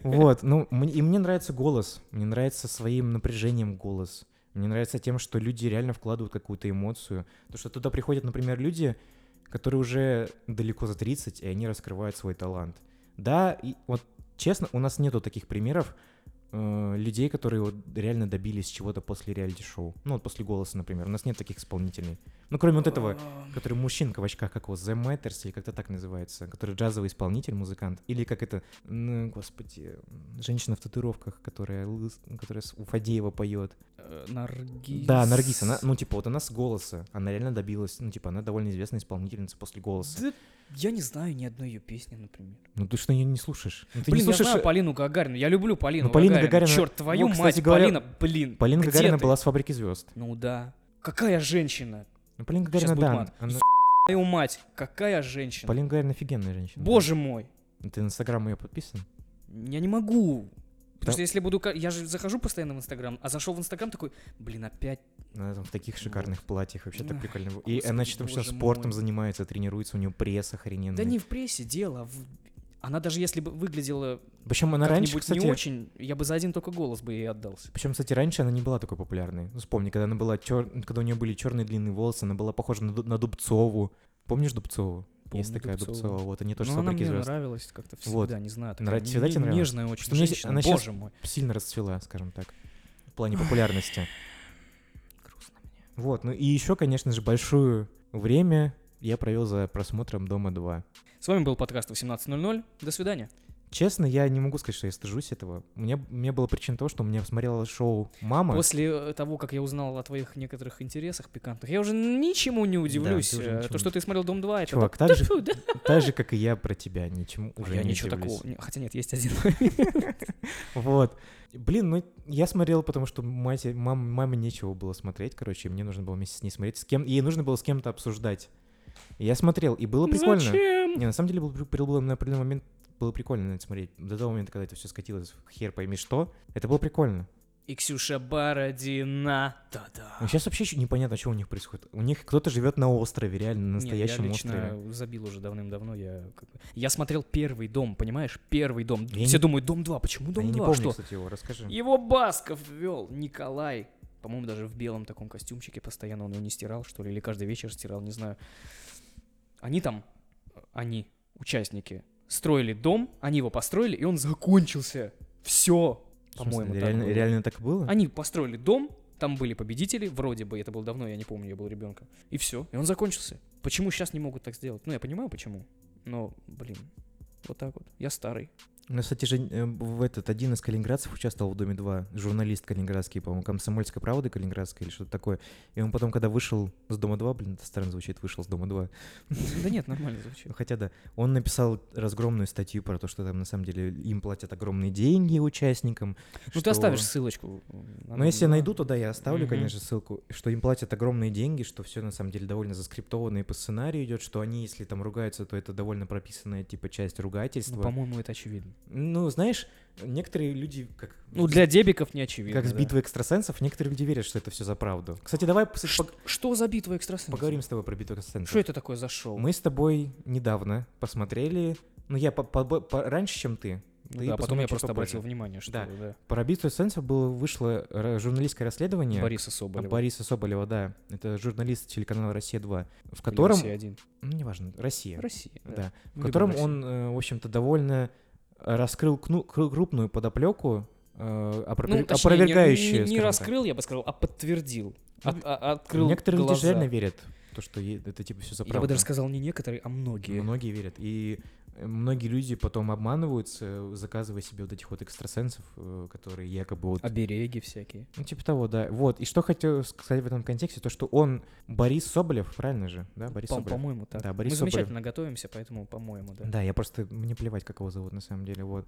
Вот, ну, мне- и мне нравится голос. Мне нравится своим напряжением голос. Мне нравится тем, что люди реально вкладывают какую-то эмоцию. То, что туда приходят, например, люди, которые уже далеко за 30, и они раскрывают свой талант. Да, и вот честно, у нас нету таких примеров э, людей, которые вот реально добились чего-то после реалити-шоу. Ну, вот после «Голоса», например. У нас нет таких исполнителей. Ну, кроме вот этого, который мужчинка в очках, как его, The Matters, или как-то так называется, который джазовый исполнитель, музыкант, или как это, ну, господи, женщина в татуировках, которая, лыс- которая с- у Фадеева поет. Э, Наргиз. Да, Наргиз, она, ну, типа, вот она с голоса, она реально добилась, ну, типа, она довольно известная исполнительница после голоса. Да я не знаю ни одной ее песни, например. Ну, ты что, ее не слушаешь? Ну, ты блин, не слушаешь... я знаю Полину Гагарину. Я люблю Полину Ну, Полина Гагарину. Гагарина- Черт, твою вот, кстати мать, говоря, Полина, блин. Полина где Гагарина ты? была с «Фабрики звезд». Ну да. Какая женщина? Ну, Полина Сейчас Гагарина, будет да, мат. она- Твою мать, какая женщина? Полина Гагарина офигенная женщина. да. Боже мой. Ты на Инстаграм ее подписан? Я не могу. Да. Потому что если буду... ка- Я же захожу постоянно в Инстаграм, а зашел в Инстаграм такой, блин, опять... Она там в таких шикарных платьях, вообще так Ах, прикольно. И господи, она считает, что боже спортом мой. занимается, тренируется, у нее пресс охрененный. Да не в прессе дело. а в- Она даже если бы выглядела Причем она раньше, как-нибудь кстати, не очень, я бы за один только голос бы ей отдался. Причем, кстати, раньше она не была такой популярной. Ну, вспомни, когда она была чер... когда у нее были черные длинные волосы, она была похожа на, Ду- на Дубцову. Помнишь Дубцову? Есть Помню такая Дубцову. Дубцова. Вот они тоже Но с она фабрики мне звезд. нравилась как-то всегда, Вот. не знаю. Нра- Такая всегда тебе не- нравилась? Нежная очень Потому что мне женщина, она щас- боже мой. Сильно расцвела, скажем так, в плане популярности. Вот, ну и еще, конечно же, большое время я провел за просмотром «Дома 2». С вами был подкаст 18.00. До свидания. Честно, я не могу сказать, что я стыжусь этого. У меня, у меня была причина того, что у меня смотрела шоу «Мама». После э, того, как я узнал о твоих некоторых интересах пикантных, я уже ничему не удивлюсь. ты уже Э, ничему То, что не- ты смотрел «Дом 2», это Чувак, так, так же- «Тьфу, да». А Так же, как и я про тебя, ничему уже я не ничего удивлюсь. такого. не- Хотя нет, есть один. Вот. Блин, ну я смотрел, потому что мать, мам, маме нечего было смотреть, короче, и мне нужно было вместе с ней смотреть, с кем, ей нужно было с кем-то обсуждать. И Я смотрел, и было прикольно. Зачем? Не, на самом деле был, при- был- был на определенный момент было прикольно на это смотреть. До того момента, когда это все скатилось в хер пойми что, это было прикольно. И Ксюша Бородина. Да-да. Но сейчас Ну, вообще ещё непонятно, что у них происходит. У них кто-то живет на острове, реально, на Не, настоящем я лично острове. забил уже давным-давно. Я, как бы- я смотрел первый дом, понимаешь? Первый дом. Я Все не- думают, дом 2, почему А я дом не 2? помню, что? кстати, его, расскажи. Его Басков вел, Николай. По-моему, даже в белом таком костюмчике постоянно он его не стирал, что ли, или каждый вечер стирал, не знаю. Они там, э, они, участники, строили дом, они его построили, и он закончился. Все, В смысле, по-моему, так реально, было. реально так было? Они построили дом, там были победители, вроде бы, это было давно, я не помню, я был ребенком. И все, и он закончился. Почему сейчас не могут так сделать? Ну, я понимаю, почему, но, блин, вот так вот. Я старый. Ну, кстати же, э, в этот один из калининградцев участвовал в Доме 2, журналист калининградский, по-моему, комсомольская правда калининградская или что-то такое. И он потом, когда вышел с Дома 2, блин, это странно звучит, вышел с Дома 2. Да нет, нормально звучит. Ну, Хотя да, он написал разгромную статью про то, что там на самом деле им платят огромные деньги участникам. Ну, ты что- оставишь ссылочку. э, ну, если я найду, то да, я оставлю, Мгм. конечно, ссылку, что им платят огромные деньги, что все на самом деле довольно заскриптованно и по сценарию идет, что они, если там ругаются, то это довольно прописанная типа часть ругательства. Ну, по-моему, это очевидно. Ну, знаешь, некоторые люди как... Ну, для дебиков не очевидно. Как с да. битвы экстрасенсов, некоторые люди верят, что это все за правду. Кстати, давай кстати, пог- Что за битва экстрасенсов? поговорим с тобой про битву экстрасенсов. Что это такое за шоу? Мы с тобой недавно посмотрели, ну я по- по- по- раньше, чем ты. Ну Ты да, потом я посмотрел чуть просто попозже. обратил внимание, что Да. да. Про битву экстрасенсов было вышло ра- журналистское расследование Бориса Соболева. Бориса Соболева, да. Это журналист телеканала Россия 2, в котором Россия один. ну, неважно, Россия. Россия, да. да. Ну, В либо котором Россия. он, э, в общем-то, довольно э, раскрыл кну- кру- крупную подоплеку, э, опро- Ну, точнее, не- опровергающую. Не, не скажем так. раскрыл, я бы сказал, а подтвердил. Ну, От- а- открыл Некоторые люди же глаза. реально верят, то, что е- это типа все за Я бы правду. даже сказал не некоторые, а многие. Многие верят. И э, многие люди потом обманываются, э, заказывая себе вот этих вот экстрасенсов, э, которые якобы вот... Обереги всякие. Ну, типа того, да. Вот. И что хотел сказать в этом контексте, то, что он Борис Соболев, правильно же, да, Борис По- Соболев? По-моему, так. Да, Борис Мы Соболев. замечательно готовимся, поэтому, по-моему, да. Да, я просто... Мне плевать, как его зовут на самом деле, вот.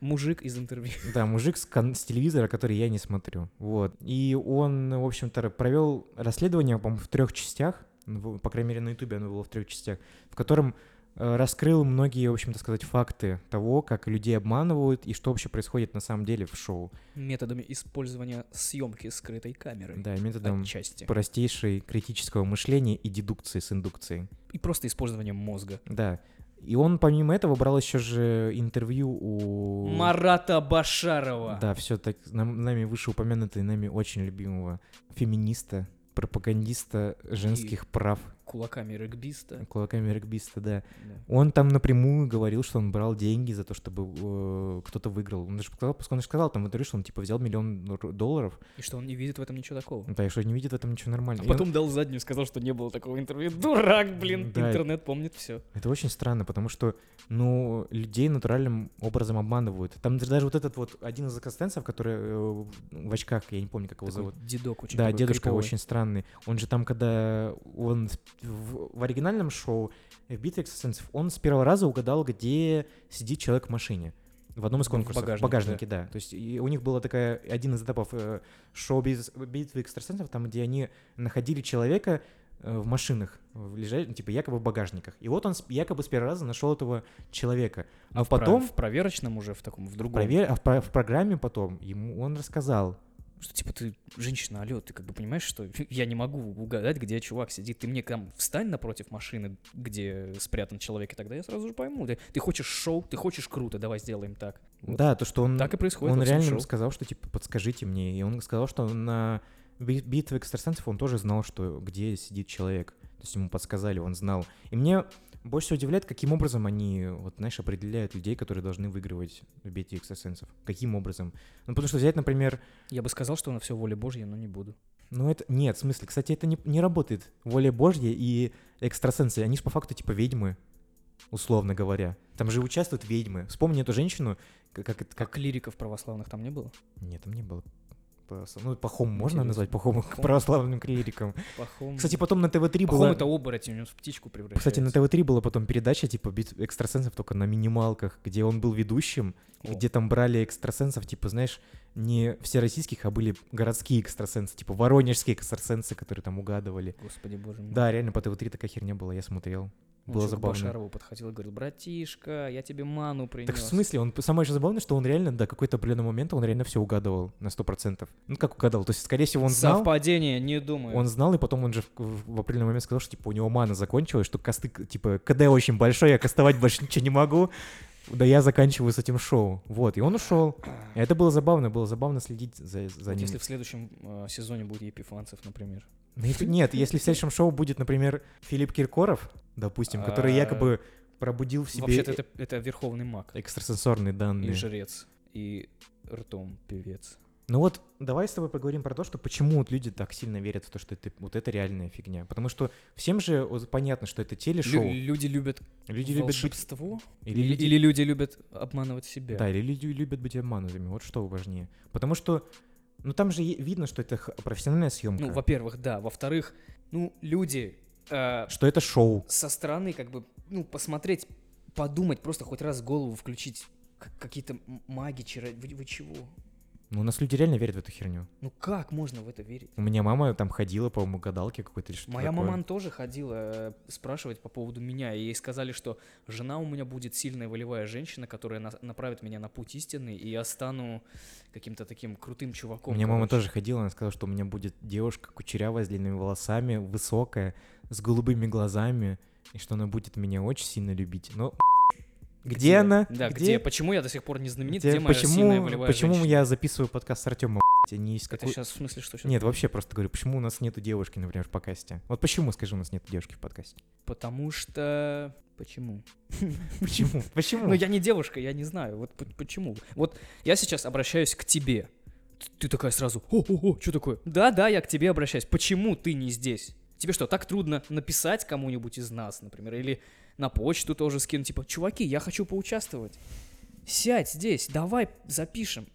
Мужик из интервью. Да, мужик с, кон- с телевизора, который я не смотрю. Вот. И он, в общем-то, провел расследование, по-моему, в трех частях. ну, В- По крайней мере, на Ютубе оно было в трех частях, в котором э, раскрыл многие, в общем-то, сказать, факты того, как людей обманывают и что вообще происходит на самом деле в шоу. Методами использования съемки скрытой камеры. Да, методом Отчасти. простейшей критического мышления и дедукции с индукцией. И просто использование мозга. Да. И он, помимо этого, брал еще же интервью у... Марата Башарова. Да, все так нам, нами вышеупомянутый, нами очень любимого феминиста, пропагандиста женских прав, Кулаками регбиста. кулаками регбиста, да. Да. Он там напрямую говорил, что он брал деньги за то, чтобы э, кто-то выиграл. Он же сказал, он же сказал там в интервью, что он типа взял миллион ру- долларов, И что он не видит в этом ничего такого. да, и что не видит в этом ничего А нормального. И он- потом дал заднюю, сказал, что не было такого интервью. Дурак, блин, Да. интернет помнит все. Это очень странно, потому что, ну, людей натуральным образом обманывают. Там даже вот этот вот один из экстрасенсов, который э, в очках, я не помню, как его Такой зовут. дедок очень Да, такой дедушка криповый. очень странный. Он же там, когда он с- в, в оригинальном шоу в «Битве экстрасенсов», он с первого раза угадал, где сидит человек в машине. В одном из В конкурсов. багажнике, В багажнике, да. То есть и у них была такая, один из этапов э, шоу «Биз- «Битвы экстрасенсов», там, где они находили человека э, в машинах, в лежа- ну, типа якобы в багажниках. И вот он с- якобы с первого раза нашел этого человека. А в потом- про- в проверочном уже, в таком, в другом. Проверь, а в, про- в программе потом ему он рассказал. Что типа ты женщина, алё, ты как бы понимаешь, что я не могу угадать, где чувак сидит. Ты мне там встань напротив машины, где спрятан человек, и тогда я сразу же пойму. Ты, ты хочешь шоу, ты хочешь круто, давай сделаем так. Вот. Да, то, что он... Так и происходит. Он во всем реально шоу. им сказал, что типа подскажите мне. И он сказал, что на би- битве экстрасенсов он тоже знал, что где сидит человек. То есть ему подсказали, он знал. И мне больше всего удивляет, каким образом они, вот, знаешь, определяют людей, которые должны выигрывать в битве экстрасенсов. Каким образом? Ну, потому что взять, например, Я бы сказал, что на все воля Божья, но не буду. ну это... Нет, в смысле, кстати, это не, не работает. Воля Божья и экстрасенсы, они же по факту типа ведьмы, условно говоря. Там же участвуют ведьмы. Вспомни эту женщину, к- как, это- как Как лириков православных там не было? нет, там не было. православ- Ну, пахом можно Интересно. назвать пахом Пахом. православным клириком. Пахом... Кстати, потом на ТВ-3 Пахом было... это оборотень, он в птичку превращается. Кстати, на ТВ-3 была потом передача типа «Бит экстрасенсов» только на минималках, где он был ведущим, О. где там брали экстрасенсов, типа, знаешь, не всероссийских, а были городские экстрасенсы, типа воронежские экстрасенсы, которые там угадывали. Господи боже мой. Да, реально по ТВ-3 такая херня была, я смотрел. Он Было ещё к забавно. Башарову подходил и говорил, братишка, я тебе ману принес. Так в смысле, он самое же забавное, что он реально до какой-то определенного момента он реально все угадывал на 100%. Ну как угадал? То есть, скорее всего, он знал. Совпадение, не думаю. Он знал, и потом он же в, в- в определенный момент сказал, что типа у него мана закончилась, что косты, к- типа, КД очень большой, я кастовать больше ничего не могу. Да я заканчиваю с этим шоу. Вот, и он ушел. И это было забавно, было забавно следить за, за Вот ним. если в следующем э, сезоне будет Епифанцев, например. Ну, и- Нет, если в следующем шоу будет, например, Филипп Киркоров, допустим, который А, якобы пробудил в себе Вообще-то это, это верховный маг э- экстрасенсорные и данные. жрец, и ртом певец. Ну вот, давай с тобой поговорим про то, что почему вот люди так сильно верят в то, что это вот это реальная фигня. Потому что всем же вот понятно, что это телешоу. Лю- люди любят люди любят быть... волшебство? Или Или, или люди- люди... любят обманывать себя? Да, или люди любят быть обманутыми. Вот что важнее. Потому что, ну там же е- видно, что это х- профессиональная съемка. Ну, во-первых, да. Во-вторых, ну, люди э, что это шоу. со стороны как бы, ну, посмотреть, подумать, просто хоть раз голову включить. Как- какие-то м- маги, чаро... Вы, вы чего? Ну, у нас люди реально верят в эту херню. Ну, как можно в это верить? У меня мама там ходила, по-моему, гадалки какой-то или что Моя маман тоже ходила э, спрашивать по поводу меня, и ей сказали, что жена у меня будет сильная волевая женщина, которая нас- направит меня на путь истины, и я стану каким-то таким крутым У чуваком. меня мама короче. тоже ходила, она сказала, что у меня будет девушка кучерявая, с длинными волосами, высокая, с голубыми глазами, и что она будет меня очень сильно любить. Но где, она? Да, где? Почему я до сих пор не знаменит? где- Где, моя сильная почему, волевая почему женщина? я записываю подкаст с Артемом? А не из Это какой- щас в смысле, что щас Нет, было? вообще просто говорю, почему у нас нету девушки, например, в подкасте? Вот почему, скажи, у нас нету девушки в подкасте? Потому что... Почему? Почему? Почему? Ну, я не девушка, я не знаю. Вот п- почему? Вот я сейчас обращаюсь к тебе. Т- Ты такая сразу, о-о-о, что такое? Да-да, я к тебе обращаюсь. Почему ты не здесь? Тебе что, так трудно написать кому-нибудь из нас, например, или на почту тоже скинуть, типа, чуваки, я хочу поучаствовать. Сядь здесь, давай запишем.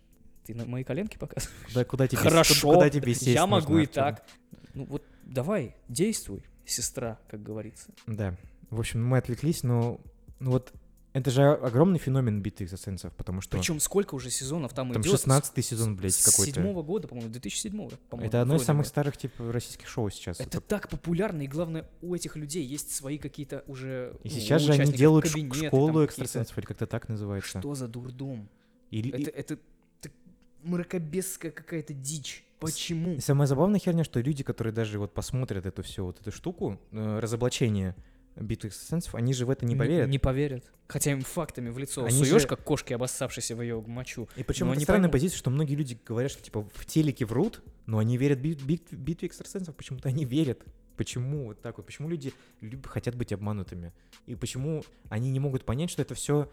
Ты на мои коленки показываешь? Куда, куда тебе, Хорошо, куда тебе сесть я нужно, могу и Артём? так. Ну вот давай, действуй, сестра, как говорится. Да. В общем, мы отвлеклись, но ну вот это же о- огромный феномен битвы экстрасенсов, потому что... Причем сколько уже сезонов там, Там идет? 16-й сезон, блядь, какой-то. седьмого года, по-моему, 2007 по-моему. это одно из вроде самых бы. старых, типа, российских шоу сейчас. Это так популярно, и главное, у этих людей есть свои какие-то уже... И ну, сейчас у же они участников делают ш- кабинеты там школу какие-то. экстрасенсов, или как-то так называется. Что за дурдом? Или- Это, это так мракобесская какая-то дичь. Почему? И самая забавная херня, что люди, которые даже вот посмотрят эту всю вот эту штуку, э, разоблачение битвы экстрасенсов, они же в это не Н- поверят. Не поверят. Хотя им фактами в лицо Они суешь, же- как кошки, обоссавшиеся в ее мочу. И причем Но это они странная поймут. позиция, что многие люди говорят, что типа в телеке врут, но они верят би- бит- битве экстрасенсов, почему-то они верят. Почему вот так вот? Почему люди люб- хотят быть обманутыми? И почему они не могут понять, что это все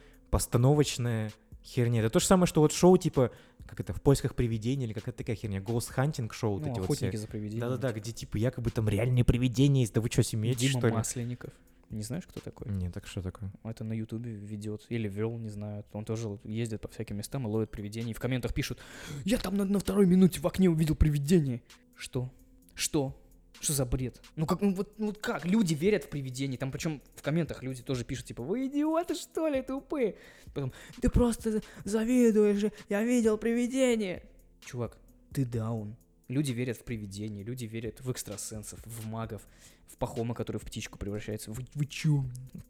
постановочная херня? Это то же самое, что вот шоу типа, как это, в поисках привидений или какая-то такая херня, Ghost Hunting шоу. вот Ну, эти вот «Охотники все. за привидениями». Да-да-да, где типа якобы там реальные привидения есть, да вы что, семьете Дима что ли? Масленников. Не знаешь, кто такой? Нет, так что такое? Это на Ютубе ведет или вел, не знаю. Он тоже ездит по всяким местам и ловит привидений. В комментах пишут: Я там на, на второй минуте в окне увидел привидение. Что? Что? Что за бред? Ну как, ну вот, ну вот как? Люди верят в привидения. Там причем в комментах люди тоже пишут, типа, вы идиоты, что ли, тупые? Потом, ты просто завидуешь, я видел привидение. Чувак, ты даун. Люди верят в привидения, люди верят в экстрасенсов, в магов, в пахома, который в птичку превращается. Вы, вы чё?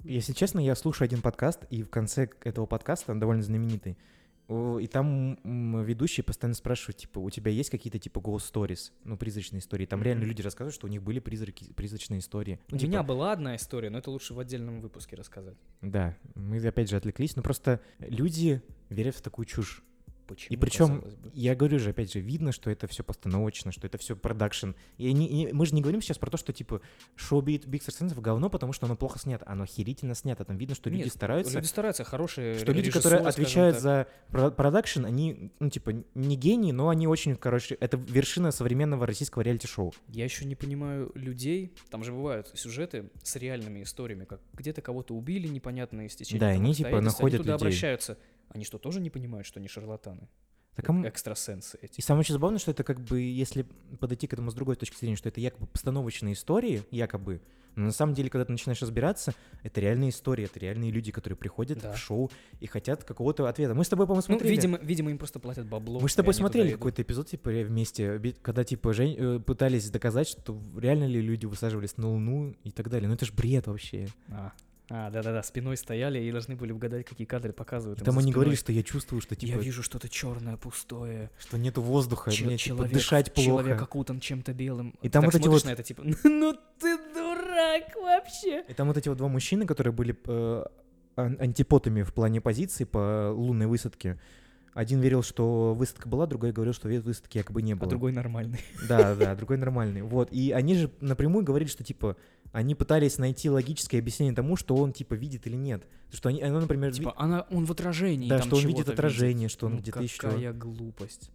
Если честно, я слушаю один подкаст, и в конце к- этого подкаста, он довольно знаменитый, о, и там м, ведущие постоянно спрашивают, типа, у тебя есть какие-то, типа, ghost stories, ну, призрачные истории? Там реально Мгм. люди рассказывают, что у них были призраки, призрачные истории. У Ну, типа, меня была одна история, но это лучше в отдельном выпуске рассказать. Да, мы опять же отвлеклись, но просто люди верят в такую чушь. Почему, И причем, казалось бы? я говорю же, опять же, видно, что это все постановочно, что это все продакшн. И, они- и мы же не говорим сейчас про то, что типа шоу Биг Сенсов говно, потому что оно плохо снято. Оно охерительно снято. Там видно, что люди Нет, стараются. Люди стараются, хорошие Что люди, режиссуры, которые скажем отвечают так. за про- продакшн, они, ну, типа, не гении, но они очень, короче, это вершина современного российского реалити-шоу. Я еще не понимаю людей, там же бывают сюжеты с реальными историями, как где-то кого-то убили непонятно из течения Да, и там они, типа, обстоятельств, находят они туда людей. обращаются. Они что, тоже не понимают, что они шарлатаны? Так, а м- Экстрасенсы эти. И самое еще забавное, что это как бы, если подойти к этому с другой точки зрения, что это якобы постановочные истории, якобы, но на самом деле, когда ты начинаешь разбираться, это реальные истории, это реальные люди, которые приходят Да. в шоу и хотят какого-то ответа. Мы с тобой, по-моему, Ну, смотрели. видимо, видимо, им просто платят бабло. Мы с и тобой они туда смотрели идут. какой-то эпизод, типа, ре- вместе, би- когда, типа, жен- э, пытались доказать, что реально ли люди высаживались на Луну и так далее. Ну, это ж бред вообще. А, А, да-да-да, спиной стояли и должны были угадать, какие кадры показывают. И им там за они говорили, спиной. что я чувствую, что, типа, Я вижу что-то черное, пустое. что нету воздуха, Че- мне, типа, человек, дышать плохо. человек окутан чем-то белым. И Ты там так вот эти смотришь вот- на это, типа, ну ты дурак вообще. И там вот эти вот два мужчины, которые были э, ан- антипотами в плане позиций по лунной высадке. Один верил, что высадка была, другой говорил, что ве- высадки якобы не А было. другой нормальный. Да, да, другой нормальный. Вот. И они же напрямую говорили, что типа они пытались найти логическое объяснение тому, что он типа видит или нет. Что они, она, например, ви- Типа, она, он в отражении. Да, Типа, там что он чего-то видит отражение, что он Ну где-то ещё. Какая глупость.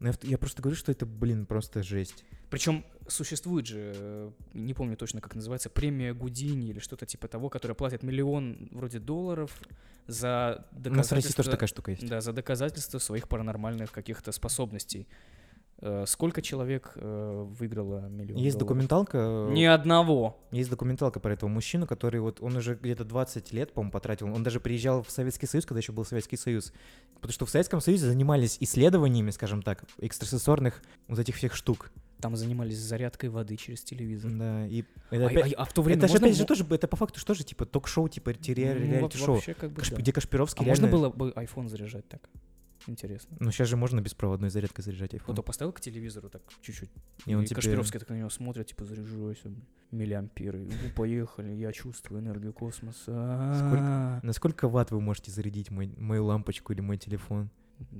Но я, в- я просто говорю, что это, блин, просто жесть. Причем существует же, э, не помню точно, как называется, премия Гудини или что-то типа того, которая платит миллион вроде долларов за У нас в доказательство... России тоже такая штука есть. Да, за доказательство своих паранормальных каких-то способностей. Э, Сколько человек э, выиграло миллион Есть долларов? документалка. э, Ни одного. Есть документалка про этого мужчину, который вот, он уже где-то 20 лет, по-моему, потратил. Он даже приезжал в Советский Союз, когда еще был Советский Союз. Потому что в Советском Союзе занимались исследованиями, скажем так, экстрасенсорных вот этих всех штук. Там занимались зарядкой воды через телевизор. Да, и... А- это а- опять- а в то время Это же, можно опять же, было- тоже, это по факту что же, типа, ток-шоу, типа, Ну, во- реалити-шоу. вообще как бы да. Где Кашпировский А можно реально- было бы iPhone заряжать так? Интересно. Ну, сейчас же можно беспроводной зарядкой заряжать iPhone. Вот то поставил к телевизору так чуть-чуть. И типа. И, он он тебе- Кашпировский так на него смотрит, типа, заряжайся, бля, миллиамперы. Ну, поехали, я чувствую энергию космоса. Сколько- А-а-а. на сколько ватт вы можете зарядить мой- мою лампочку или мой телефон?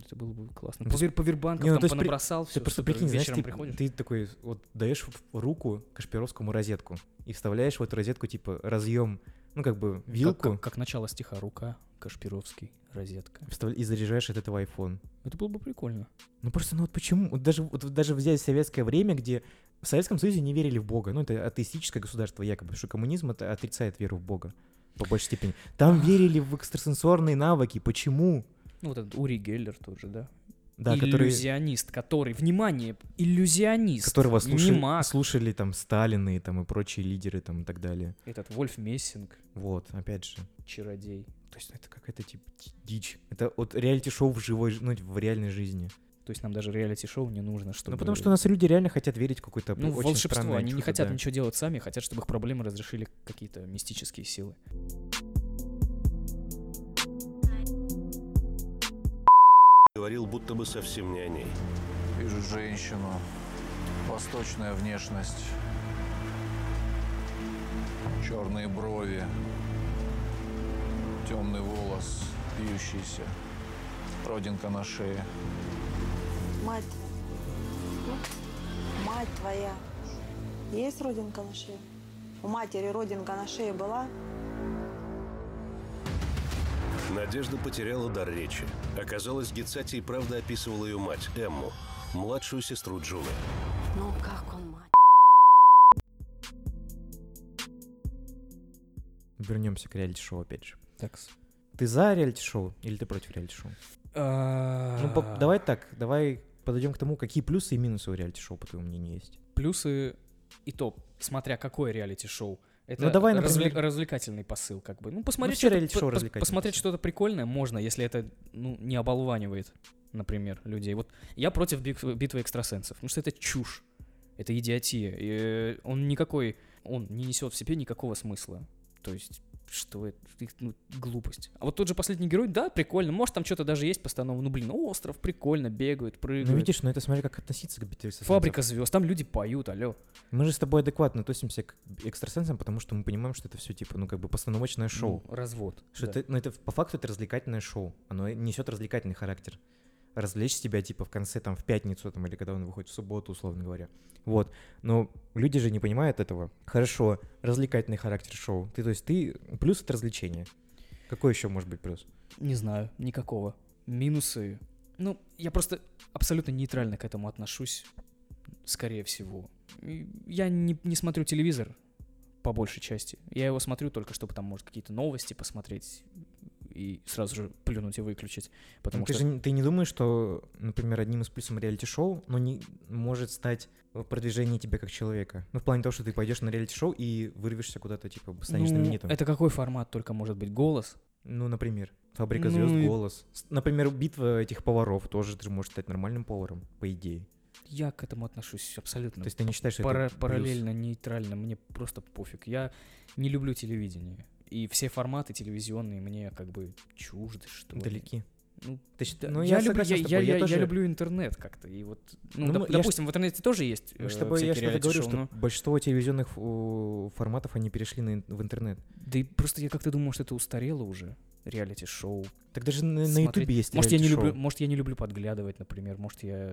Это было бы Ну, классно. то Повер есть- по Вербанкам Не, ну, там то есть при- понабросал, ты всё, просто супер, прикинь, знаешь, вечером ты, приходишь. ты такой вот даешь в- в руку Кашпировскому розетку и вставляешь в эту розетку, типа, разъем, ну, как бы, Как- вилку, Как, как начало стиха «Рука», Кашпировский, розетка. вставля- и заряжаешь от этого iPhone. Это было бы прикольно. Ну, просто, ну, вот почему? Вот даже, вот даже взять советское время, где в Советском Союзе не верили в Бога. Ну, это атеистическое государство якобы, потому что коммунизм это отрицает веру в Бога по большей степени. Там верили в экстрасенсорные навыки. Почему? Ну, вот этот Ури Геллер тоже, да? Да, которые- иллюзионист, который, внимание, иллюзионист, которого слушали, не маг. слушали там Сталины и там и прочие лидеры там и так далее. Этот Вольф Мессинг, Вот, опять же. чародей. То есть ну, это какая-то типа ди- дичь. Это вот реалити-шоу в живой, жи- ну, в реальной жизни. То есть нам даже реалити-шоу не нужно, чтобы... Ну, потому что у нас люди реально хотят верить в какое-то Ну, очень волшебство, странное они не чудо, хотят да. ничего делать сами, хотят, чтобы их проблемы разрешили какие-то мистические силы. Говорил, будто бы совсем не о ней. Вижу женщину. Восточная внешность. Черные брови. Темный волос, вьющийся. Родинка на шее. Мать. Мать твоя. Есть родинка на шее? У матери родинка на шее была? Надежда потеряла дар речи. Оказалось, Гицати и правда описывала ее мать, Эмму, младшую сестру Джулы. Ну как он, мать? Вернемся к реалити-шоу опять же. Так. Ты за реалити-шоу или ты против реалити-шоу? А, Ну, по- давай так, давай подойдем к тому, какие плюсы и минусы у реалити-шоу, по твоему мнению, есть. Плюсы и то, смотря какое реалити-шоу. Это Ну, давай, развле- например- развлекательный посыл, как бы. Ну, посмотреть, все что-то, реалити-шоу по- по- развлекательные. посмотреть что-то прикольное можно, если это ну, не оболванивает, например, людей. Вот я против бит- битвы экстрасенсов, потому что это чушь, это идиотия. и, э, он никакой, он не несет в себе никакого смысла. То есть, что это, ты- ну, глупость. А вот тот же последний герой, да, прикольно, может там что-то даже есть постанова, ну, блин, остров, прикольно, бегают, прыгают. Ну, видишь, ну это смотри, как относиться к битве экстрасенсов. Фабрика звезд, там люди поют, алло. Мы же с тобой адекватно относимся к экстрасенсам, потому что мы понимаем, что это все типа, ну, как бы постановочное шоу. Ну, развод, Что да. это, ну, это по факту это развлекательное шоу. Оно несет развлекательный характер. Развлечь тебя, типа, в конце, там, в пятницу, там, или когда он выходит в субботу, условно говоря. Вот. Но люди же не понимают этого. Хорошо, развлекательный характер шоу. Ты, то есть, ты... Плюс это развлечение. Какой еще может быть плюс? Не знаю, никакого. Минусы. Ну, я просто абсолютно нейтрально к этому отношусь, скорее всего. И Я не, не смотрю телевизор, по большей части. Я его смотрю только, чтобы там, может, какие-то новости посмотреть и сразу же плюнуть и выключить. Потому Ну, ты что... же не- ты не думаешь, что, например, одним из плюсов реалити-шоу, но не может стать э, продвижение тебя как человека? Ну, в плане того, что ты пойдешь на реалити-шоу и вырвешься куда-то, типа, станешь Ну, знаменитым. это какой формат только может быть? Голос? Ну, например, Фабрика Ну звезд, и- голос. С- Например, битва этих поваров тоже ты же можешь стать нормальным поваром, по идее. Я к этому отношусь абсолютно. То есть ты не считаешь, что это Ну, пара- плюс? параллельно нейтрально? Мне просто пофиг. Я не люблю телевидение. И все форматы телевизионные мне как бы чужды, что ли. Далеки. Ну, Ты счит- да, ну, я, я люблю, согласен я, с тобой, я- я я- я тоже- люблю интернет как-то. И вот, ну, Ну, доп- мы- я ж- допустим, в интернете тоже есть. Мы э, с тобой- я всякие что-то говорю, реалити-шоу, что но- большинство телевизионных э, форматов, они перешли на ин- в интернет. Да и просто я как-то думал, что это устарело уже. Реалити-шоу. Так даже на- на Смотреть. Ютубе есть может, я не реалити-шоу. люблю, Может, я не люблю подглядывать, например. Может, я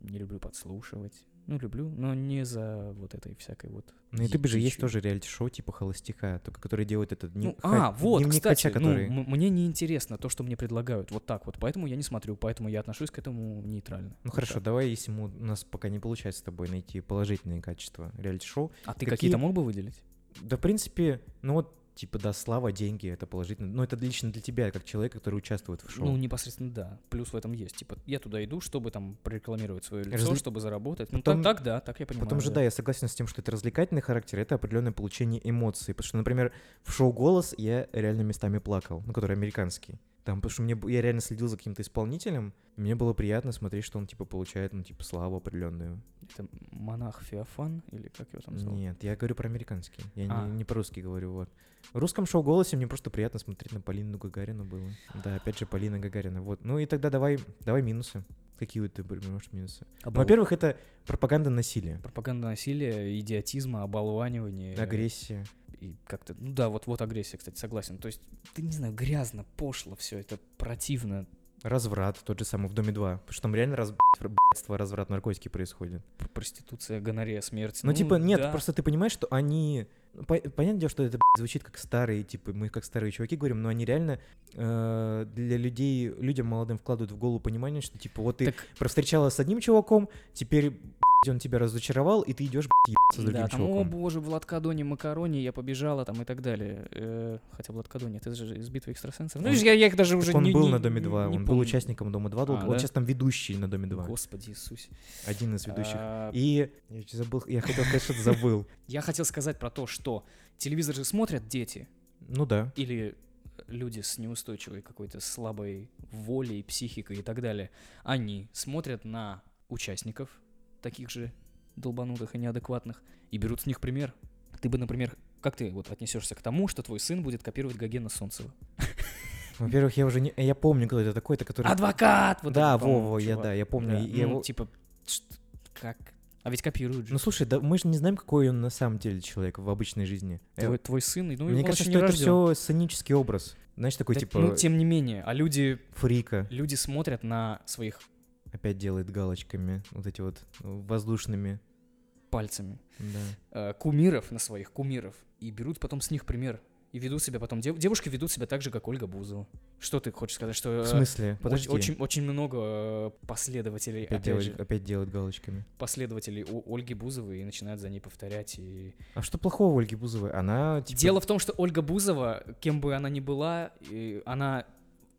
не люблю подслушивать. Ну, люблю, но не за вот этой всякой вот... На Ютубе же есть дичью. тоже реалити-шоу типа «Холостяка», только которые делают этот Ну, дневник а, вот, дневник кстати, Хача, который... ну, м- мне не интересно то, что мне предлагают, вот так вот, поэтому я не смотрю, поэтому я отношусь к этому нейтрально. Ну хорошо, давай, если мы, у нас пока не получается с тобой найти положительные качества реалити-шоу. А ты какие-то мог бы выделить? Да, в принципе, ну вот, типа, да, слава, деньги, это положительно. Но это лично для тебя, как человека, который участвует в шоу. Ну, непосредственно да. Плюс в этом есть. Типа, я туда иду, чтобы там прорекламировать свое лицо, Разли- чтобы заработать. Потом- ну, так, так, да, так я понимаю. Потом же, да, я согласен с тем, что это развлекательный характер, это определенное получение эмоций. Потому что, например, в шоу «Голос» я реально местами плакал, ну, который американский. Там, потому что мне, б- я реально следил за каким-то исполнителем, и мне было приятно смотреть, что он, типа, получает, ну, типа, славу определенную. Это монах Феофан, или как его там зовут? Нет, я говорю про американский, я не- А. не, по-русски говорю, вот. В русском шоу «Голосе» мне просто приятно смотреть на Полину Гагарину было. Да, опять же, Полина Гагарина, вот. Ну и тогда давай, давай минусы. Какие вот ты бр- можешь минусы? Обол- Во-первых, это пропаганда насилия. Пропаганда насилия, идиотизма, оболванивания. Агрессия. И как-то, ну да, вот, вот агрессия, кстати, согласен. То есть, ты не знаю, грязно, пошло все это, противно. Разврат, тот же самый в Доме 2. Потому что там реально раз... б***ство, разврат, наркотики происходит. П- Проституция, гонорея, смерть. Ну, типа, нет, да. просто ты понимаешь, что они... ну, по- Понятное дело, что это б***ь, звучит как старые, типа, мы как старые чуваки говорим, но они реально э, для людей, людям молодым вкладывают в голову понимание, что, типа, вот ты провстречалась с одним чуваком, теперь, б***ь, он тебя разочаровал, и ты идешь, б***ь, ебаться с другим Да, там, о чуваком. боже, в Латкадоне макарони, я побежала там и так далее. Э, хотя в Латкадоне, это же из битвы экстрасенсов. Ну, Он- видишь, я, я их даже Так уже он не был не- на Доме 2, не он был помню. участником Дома 2 долго, А, он да? сейчас там ведущий на Доме 2, Господи Иисусе. один из ведущих. А, И я чё забыл, я хотел сказать, что забыл. Я хотел сказать про то, что телевизор же смотрят дети. Ну да. Или люди с неустойчивой какой-то слабой волей, психикой и так далее. Они смотрят на участников таких же долбанутых и неадекватных и берут с них пример. Ты бы, например, как ты вот отнесешься к тому, что твой сын будет копировать Гогена Солнцева? Во-первых, я уже не... Я помню, кто это такой, это который... Адвокат! Вот да, этот, А, по-моему, Вова, я, чувак. да, я помню. Да, я ну, его- типа, что- как? А ведь копируют же. Ну слушай, да мы же не знаем, какой он на самом деле человек в обычной жизни. Э, Твой, твой сын, и, ну, Мне он кажется, что еще не это рожден. все сценический образ. Знаешь, такой Да, типа Ну, тем не менее, а люди... Фрика. Люди смотрят на своих опять делает галочками, вот эти вот э, воздушными. пальцами. Да. э, кумиров, на своих кумиров, и берут потом с них пример. И ведут себя потом... дев- девушки ведут себя так же, как Ольга Бузова. Что ты хочешь сказать? Что, э, В смысле? оч- Подожди. Очень, очень много э, последователей, Опять, опять, делает, же, опять делает галочками. последователей у Ольги Бузовой и начинают за ней повторять. И... А что плохого у Ольги Бузовой? Она типа... Дело в том, что Ольга Бузова, кем бы она ни была, и она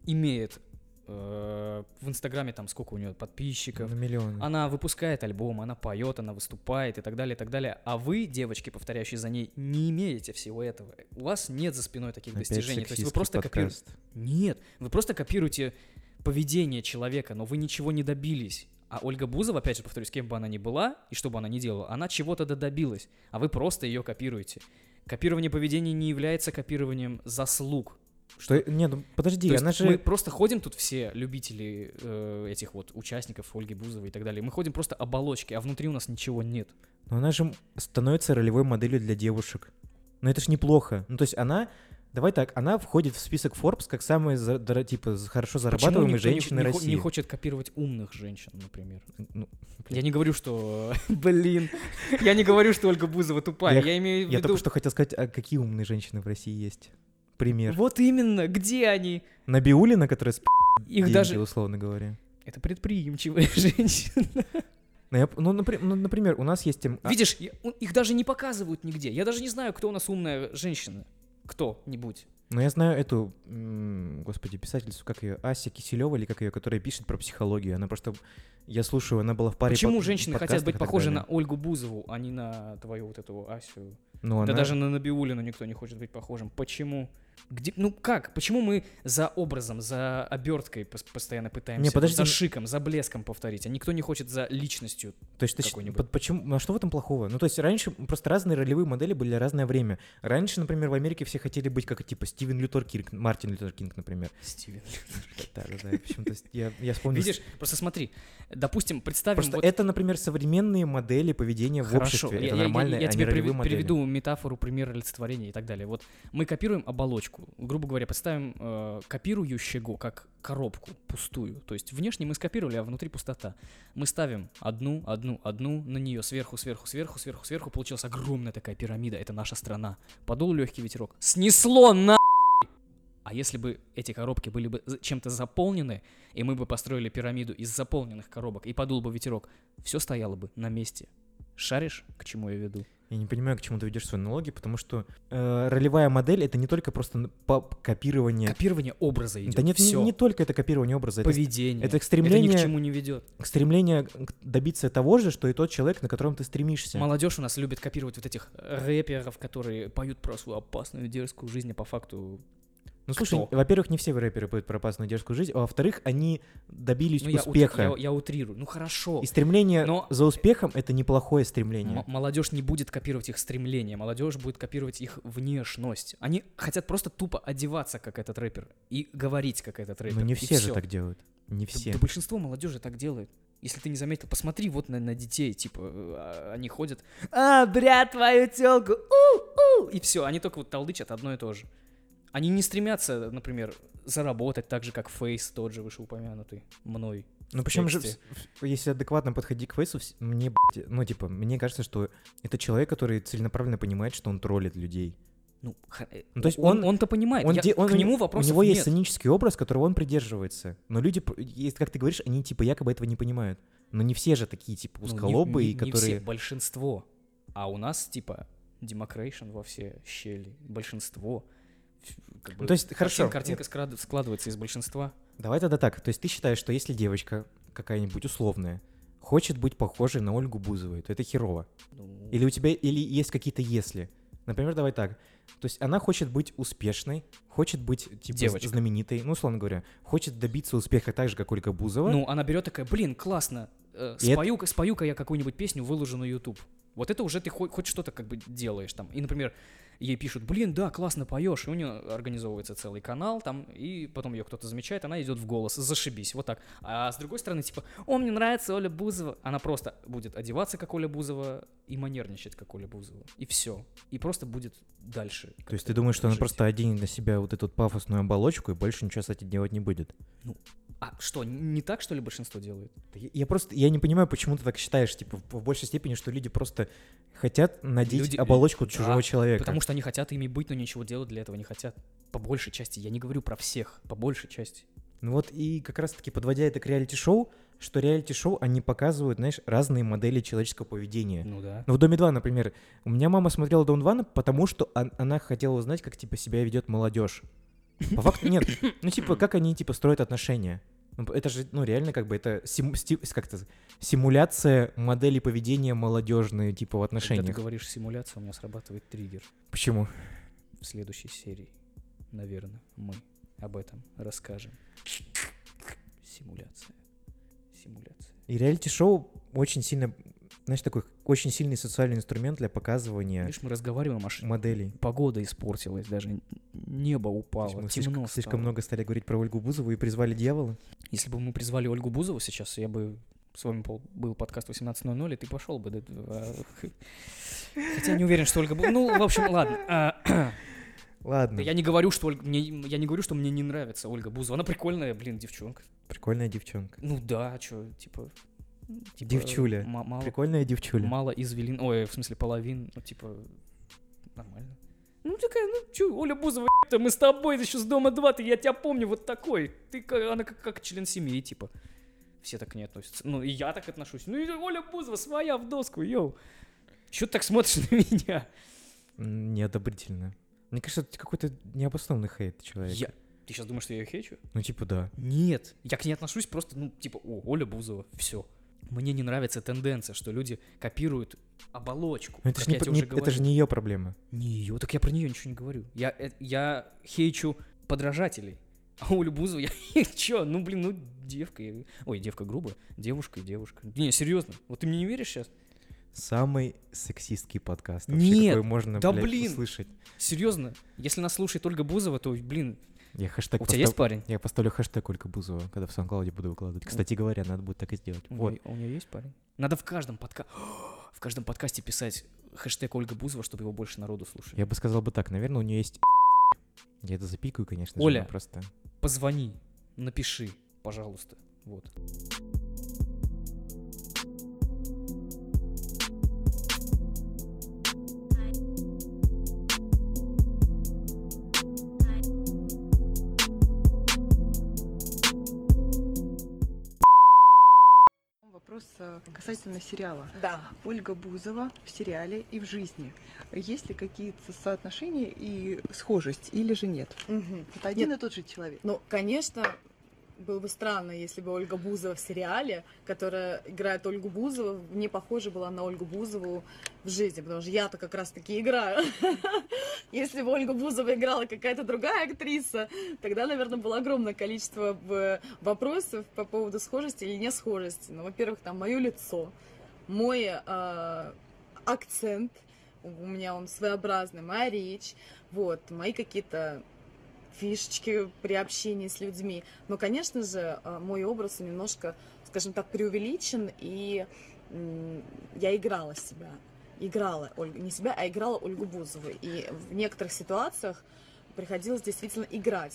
имеет э, в Инстаграме там сколько у нее подписчиков. на миллион. Она выпускает альбом, она поет, она выступает и так далее, и так далее. А вы, девочки, повторяющие за ней, не имеете всего этого. У вас нет за спиной таких Опять достижений. То есть вы сексистский просто копируете. подкаст. Нет, вы просто копируете поведение человека, но вы ничего не добились. А Ольга Бузова, опять же, повторюсь, кем бы она ни была и что бы она ни делала, она чего-то да добилась, а вы просто ее копируете. Копирование поведения не является копированием заслуг. Что... Не, ну подожди, То есть она же... Мы просто ходим тут все любители э, этих вот участников Ольги Бузовой и так далее. Мы ходим просто оболочки, а внутри у нас ничего нет. Но ну, она же м- становится ролевой моделью для девушек. Но это ж неплохо. Ну, то есть она... Давай так, она входит в список Forbes как самая, за- дора- типа, за- хорошо Почему зарабатываемые никто не- женщины не, хо- России. не хочет копировать умных женщин, например. Ну, Я не говорю, что... Блин. Я не говорю, что Ольга Бузова тупая. Я, имею в Я виду... только что хотел сказать, а какие умные женщины в России есть? Пример. Вот именно, где они? Набиулина, которая с Их деньги, даже- условно говоря. Это предприимчивая женщина. Ну, я п- ну, напри- ну, например, у нас есть... тем- а, Видишь, я- у- их даже не показывают нигде. Я даже не знаю, кто у нас умная женщина. Кто-нибудь. Ну, я знаю эту, м, господи, писательницу, как ее, Ася Киселева или как ее, которая пишет про психологию. Она просто, я слушаю, она была в паре Почему под- женщины хотят подкастах быть и так похожи далее. на Ольгу Бузову, а не на твою вот эту Асю? Ну, да она- даже на Набиулину никто не хочет быть похожим. Почему? Где, ну как? Почему мы за образом, за оберткой пос- постоянно пытаемся, Не, подожди. за шиком, за блеском повторить, а никто не хочет за личностью То есть, ты щ- какой-нибудь? под- почему, а что в этом плохого? Ну, то есть раньше просто разные ролевые модели были разное время. Раньше, например, в Америке все хотели быть как типа Стивен Лютер Кинг, Мартин Лютер Кинг, например. Стивен Да, да, да. Почему-то с- я, я вспомнил. Видишь, просто смотри, допустим, представим Просто вот... это, например, современные модели поведения в Хорошо, обществе. я- Это я- я- нормально, я а не тебе ролевые приве- модели. приведу метафору, пример олицетворения и так далее. Вот мы копируем оболочку, грубо говоря, представим э, копирующего как коробку пустую. То есть внешне мы скопировали, а внутри пустота. Мы ставим одну, одну, одну на нее сверху, сверху, сверху, сверху, сверху. Получилась огромная такая пирамида. Это наша страна. Подул легкий ветерок. Снесло на. А если бы эти коробки были бы за- чем-то заполнены, и мы бы построили пирамиду из заполненных коробок, и подул бы ветерок, все стояло бы на месте. Шаришь, к чему я веду? Я не понимаю, к чему ты ведешь свои налоги, потому что э, ролевая модель это не только просто н- по- копирование. Копирование образа идет. Да нет, не- Всё. не только это копирование образа. это с- Поведение. Это, Это ни к стремление... чему не ведет. к Стремление к- добиться того же, что и тот человек, на котором ты стремишься. Молодежь у нас любит копировать вот этих рэперов, которые поют про свою опасную дерзкую жизнь, а по факту... Ну слушай, кто? во-первых, не все рэперы поют про опасную дерзкую жизнь, а во-вторых, они добились Ну, я, утри- успеха. я- я утрирую. Ну хорошо. И стремление Но- за успехом это неплохое стремление. молодежь не будет копировать их стремления, молодежь будет копировать их внешность. Они хотят просто тупо одеваться, как этот рэпер, и говорить, как этот рэпер. Но Ну, не и все же всё. так делают. Не Да- все. Да, большинство молодежи так делает. Если ты не заметил, посмотри вот на, на детей, типа, э, а, они ходят, а, брат, твою телку, у, у», и все, они только вот толдычат одно и то же. Они не стремятся, например, заработать так же, как Фейс, тот же вышеупомянутый, мной. Ну в причем же, тексте. вс- в- если адекватно подходить к фейсу, вс- мне, б***ь, ну типа, мне кажется, что это человек, который целенаправленно понимает, что он троллит людей. Ну, ха- э, Ну, то есть он, он- он, то понимает, Он А, я- де- он- к нему У вопросов него нет. есть сценический образ, которого он придерживается. Но люди, пр- есть, как ты говоришь, они типа якобы этого не понимают. Но не все же такие типа Ну, не- узколобые, не- не все, которые... большинство. А у нас, типа, демокрейшн во все щели, большинство. Ф- как бы Ну, то есть, хорошо, Картинка скрад- складывается из большинства. Давай тогда так. То есть ты считаешь, что если девочка какая-нибудь условная хочет быть похожей на Ольгу Бузовой, то это херово. Ну. Или у тебя или есть какие-то если. Например, давай так. То есть она хочет быть успешной, хочет быть типа Девочка. знаменитой, ну условно говоря, хочет добиться успеха так же, как Ольга Бузова. Ну, она берет такая, блин, классно, э, И это- спою-ка, спою-ка я какую-нибудь песню, выложу на YouTube. Вот это уже ты хоть, хоть что-то как бы делаешь там. И, например, ей пишут, блин, да, классно поешь. И у нее организовывается целый канал там, и потом ее кто-то замечает, она идет в голос, зашибись, вот так. А с другой стороны, типа, о, мне нравится Оля Бузова. Она просто будет одеваться, как Оля Бузова, и манерничать, как Оля Бузова. И все. И просто будет дальше. То есть ты думаешь, что она просто оденет на себя вот эту пафосную оболочку и больше ничего с этим делать не будет? А что, не так, что ли, большинство делает? Да Я я просто, я не понимаю, почему ты так считаешь, типа, в в большей степени, что люди просто хотят надеть Люди- оболочку Да, чужого человека. Потому что они хотят ими быть, но ничего делать для этого не хотят. По большей части. Я не говорю про всех. По большей части. Ну вот и как раз-таки подводя это к реалити-шоу, что реалити-шоу, они показывают, знаешь, разные модели человеческого поведения. Ну да. Ну в «Доме 2», например, у меня мама смотрела «Дом 2», потому что он- она хотела узнать, как, типа, себя ведет молодежь. По факту нет. Ну типа, как они, типа, строят отношения. Ну, Это же, ну, реально, как бы, это сим- сти- как-то симуляция модели поведения молодежной, типа, в Когда отношениях. ты говоришь симуляцию, у меня срабатывает триггер. Почему? В следующей серии, наверное, мы об этом расскажем. Симуляция. Симуляция. И реалити-шоу очень сильно, знаешь, такой очень сильный социальный инструмент для показывания Видишь, мы разговариваем, аж моделей. погода испортилась, даже н- То небо упало, есть мы темно слишком, слишком стало. много стали говорить про Ольгу Бузову и призвали дьявола. Если бы мы призвали Ольгу Бузову сейчас, я бы с вами пол- был подкаст 18.00, и ты пошел бы. да, а, Хотя не уверен, что Ольга Бузова... Ну, в общем, ладно. а, Ладно, Да я не говорю, Ну что Ольга... Мне... Я не говорю, что мне не нравится Ольга Бузова. Она прикольная, блин, девчонка. прикольная девчонка. Ну да, что, типа... типа, девчуля. ма- мало, Прикольная девчуля. мало извилин... Ой, в смысле, половин. Ну, типа, нормально. Ну, такая, ну, чё, Оля Бузова, еб-то, мы с тобой еще с Дома 2, ты, я тебя помню вот такой. Ты, как- она как, как член семьи, типа. Все так к ней относятся. Ну, и я так отношусь. Ну, и Оля Бузова своя в доску, йоу. Чё ты так смотришь на меня? М, Неодобрительно. Мне кажется, это какой-то необоснованный хейт человек. Я... Ты сейчас думаешь, что я ее хечу? Ну типа да. Нет, я к ней отношусь просто, ну, типа, о, Оля Бузова, все. Мне не нравится тенденция, что люди копируют оболочку. Но это как ж не я п- тебе не- это уже ж говорил. не её проблема. Не ее, так я про нее ничего не говорю. Я, э, я хейчу подражателей. А у Любузова я хейчу, ну блин, ну девка. я- Ой, девка грубо, девушка и девушка. Не, серьезно, вот ты мне не веришь сейчас? Самый сексистский подкаст вообще, Нет, какой можно, да блядь, блин, услышать. серьезно, если нас слушает Ольга Бузова, то, блин, Я хэштег у тебя есть постав- парень? Я поставлю хэштег Ольга Бузова, когда в SoundCloud буду выкладывать. Кстати говоря, надо будет так и сделать. У, Вот. нее, у нее есть парень? Надо в каждом подка... в каждом подкасте писать хэштег Ольга Бузова, чтобы его больше народу слушали. Я бы сказал бы так, наверное, у нее есть... Я это запикаю, конечно же, Оля. но просто... Позвони, напиши, пожалуйста. Вот. Вопрос э, касательно сериала. Да. Ольга Бузова в сериале и в жизни. Есть ли какие-то соотношения и схожесть, или же нет? Это один Нет. и тот же человек. Ну, конечно, было бы странно, если бы Ольга Бузова в сериале, которая играет Ольгу Бузову, не похожа была на Ольгу Бузову в жизни, потому что я-то как раз-таки играю. Если бы Ольга Бузова играла какая-то другая актриса, тогда, наверное, было огромное количество б- вопросов по поводу схожести или не схожести. Ну, во-первых, там мое лицо, мой э, акцент, у меня он своеобразный, моя речь, вот, мои какие-то фишечки при общении с людьми. Но, конечно же, э, мой образ немножко, скажем так, преувеличен, и м, я играла себя. Играла Ольгу, не себя, а играла Ольгу Бузову. И в некоторых ситуациях приходилось действительно играть.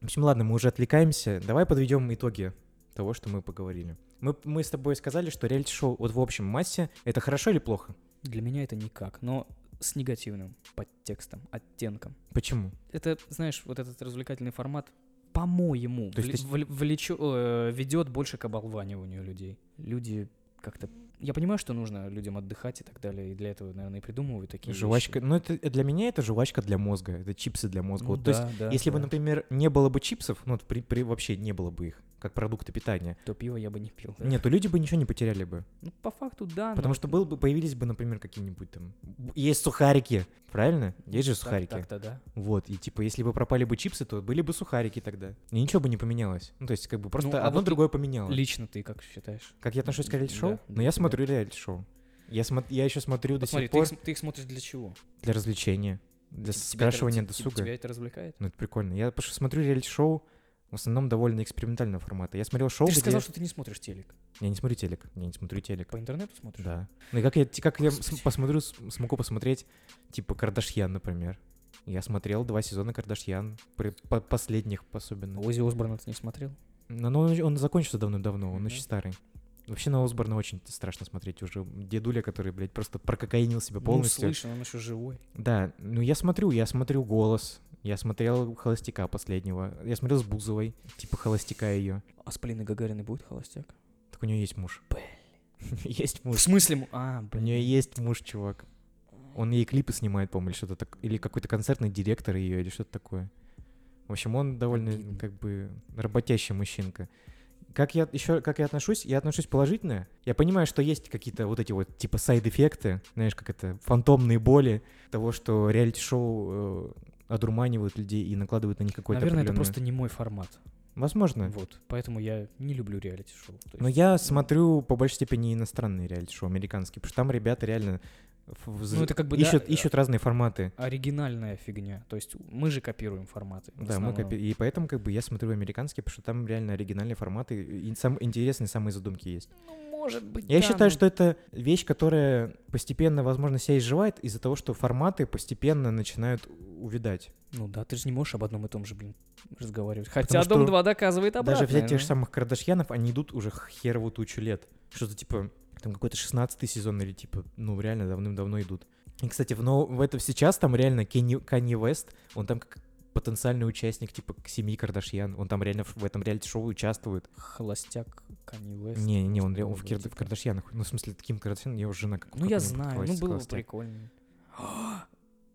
В общем, ладно, мы уже отвлекаемся. Давай подведем итоги того, что мы поговорили. Мы, мы с тобой сказали, что реалити-шоу вот в общем массе — это хорошо или плохо? Для меня это никак, но с негативным подтекстом, оттенком. Почему? Это, знаешь, вот этот развлекательный формат, по-моему, То есть вл- вл- влечё- э, ведет больше к оболваниванию людей. Люди как-то... Я понимаю, что нужно людям отдыхать и так далее, и для этого, наверное, и придумывают такие вещи. Жвачка, ну это э, для меня это жвачка для мозга, это чипсы для мозга. Ну Вот, то да, есть, да, если бы, да. например, не было бы чипсов, ну вот при, при- вообще не было бы их как продукта питания. То пиво я бы не пил. да. Нет, то люди бы ничего не потеряли бы. Ну, по факту, да. Потому но- что был бы, появились бы, например, какие-нибудь там... б- Есть сухарики, правильно? Есть же Так- сухарики. так-то да. Вот, и типа, если бы пропали бы чипсы, то были бы сухарики тогда. И ничего бы не поменялось. Ну, то есть, как бы просто Ну, а одно вот другое ты- поменялось. Лично ты как считаешь? Как я отношусь к М, реалити-шоу? да, Но для я тебя. смотрю реалити-шоу. Я, смо- я еще смотрю до Посмотри, сих ты пор их, см- ты их смотришь для чего? для развлечения, для это- скрашивания те- досуга. тебя это развлекает? Ну, это прикольно. Я потому что смотрю реалити-шоу в основном довольно экспериментального формата. Я смотрел шоу, ты же где- сказал, что ты не смотришь телек. Я не смотрю телек. Я не смотрю телек. По интернету смотришь? Да. Ну и как я, те- как я см- посмотрю, с- смогу посмотреть, типа, Кардашьян, например. Я смотрел два сезона Кардашьян, при- по- последних особенно. А Ози Осборна ты не смотрел? Но но он, он закончился давно-давно, он Мгм. очень старый. Вообще на Осборна очень страшно смотреть уже. Дедуля, который, блядь, просто прококаинил себя полностью. Ну, слышно, он еще живой. Да, ну я смотрю, я смотрю голос. Я смотрел холостяка последнего. Я смотрел с Бузовой, типа холостяка ее. А с Полиной Гагариной будет холостяк? Так у нее есть муж. Есть муж. В смысле? му- А, У блин. нее есть муж, чувак. Он ей клипы снимает, по-моему, или что-то так, или какой-то концертный директор ее, или что-то такое. В общем, он довольно как бы работящий мужчинка. Как я еще, как я отношусь? Я отношусь положительно. Я понимаю, что есть какие-то вот эти вот типа сайд-эффекты, знаешь, как это фантомные боли того, что реалити-шоу э, одурманивают людей и накладывают на них какой-то. Наверное, это определенную- просто не мой формат. Возможно. Вот. Поэтому я не люблю реалити-шоу. То Но есть- Ну, я смотрю по большей степени иностранные реалити-шоу, американские, потому что там ребята реально ф- вз- Ну, это как бы, да, ищут, э, а, ищут разные форматы. Оригинальная фигня. То есть мы же копируем форматы. в Да, мы основном. копи- и поэтому как бы я смотрю американские, потому что там реально оригинальные форматы и сам интересные самые задумки есть. Может быть, Я да, ну. считаю, но- что это вещь, которая постепенно, возможно, себя изживает из-за того, что форматы постепенно начинают увидать. Ну да, ты же не можешь об одном и том же, блин, разговаривать. Хотя Потому что Дом 2 доказывает обратное. Даже ну. взять тех же но- самых Кардашьянов, они идут уже херовую тучу лет. Что-то типа, там какой-то 16 сезон или типа, ну реально давным-давно идут. И, кстати, в, но в этом сейчас там реально Кенни, Канье Вест, он там как потенциальный участник типа к семьи Кардашьян, он там реально в, в этом реалити-шоу участвует. Холостяк Канни Уэст. Не, не, он, ре- он в, Может Кир- быть, в Кардашьянах. Ну, в смысле, Ким Кардашьян, его жена как типа. Ну, я как-нибудь знаю, ну называется, было бы холостяк. прикольно.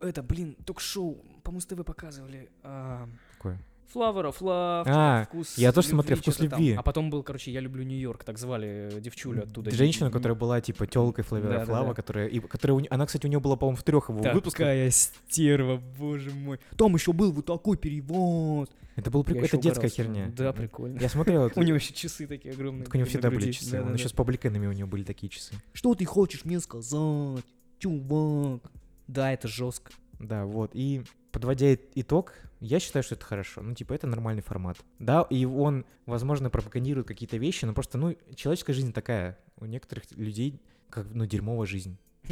это, блин, ток-шоу по Муз-ТВ показывали. а, Какое? Flower of Love, А, вкус я тоже любви, смотрел «Вкус что-то там. любви». А потом был, короче, я люблю Нью-Йорк, так звали э, девчулю оттуда. Женщина, которая была типа телкой Флавера Да-да-да. Флава, которая, и, которая у н- она, кстати, у нее была, по-моему, в трех его выпусках. Такая стерва, боже мой. Там еще был вот такой перевод. Это был прик- Я еще Ну, это детская угорал с него. херня. Да, прикольно. Я смотрел это. У него еще часы такие огромные. Так у него на всегда были груди. часы. Да-да-да. Он еще с пабликанами у него были такие часы. Что ты хочешь мне сказать, чувак? Да, это жестко. Да, вот. И подводя и- итог, я считаю, что это хорошо. Ну, типа, это нормальный формат. Да, и он, возможно, пропагандирует какие-то вещи, но просто, ну, человеческая жизнь такая. У некоторых людей, как, ну, дерьмовая жизнь.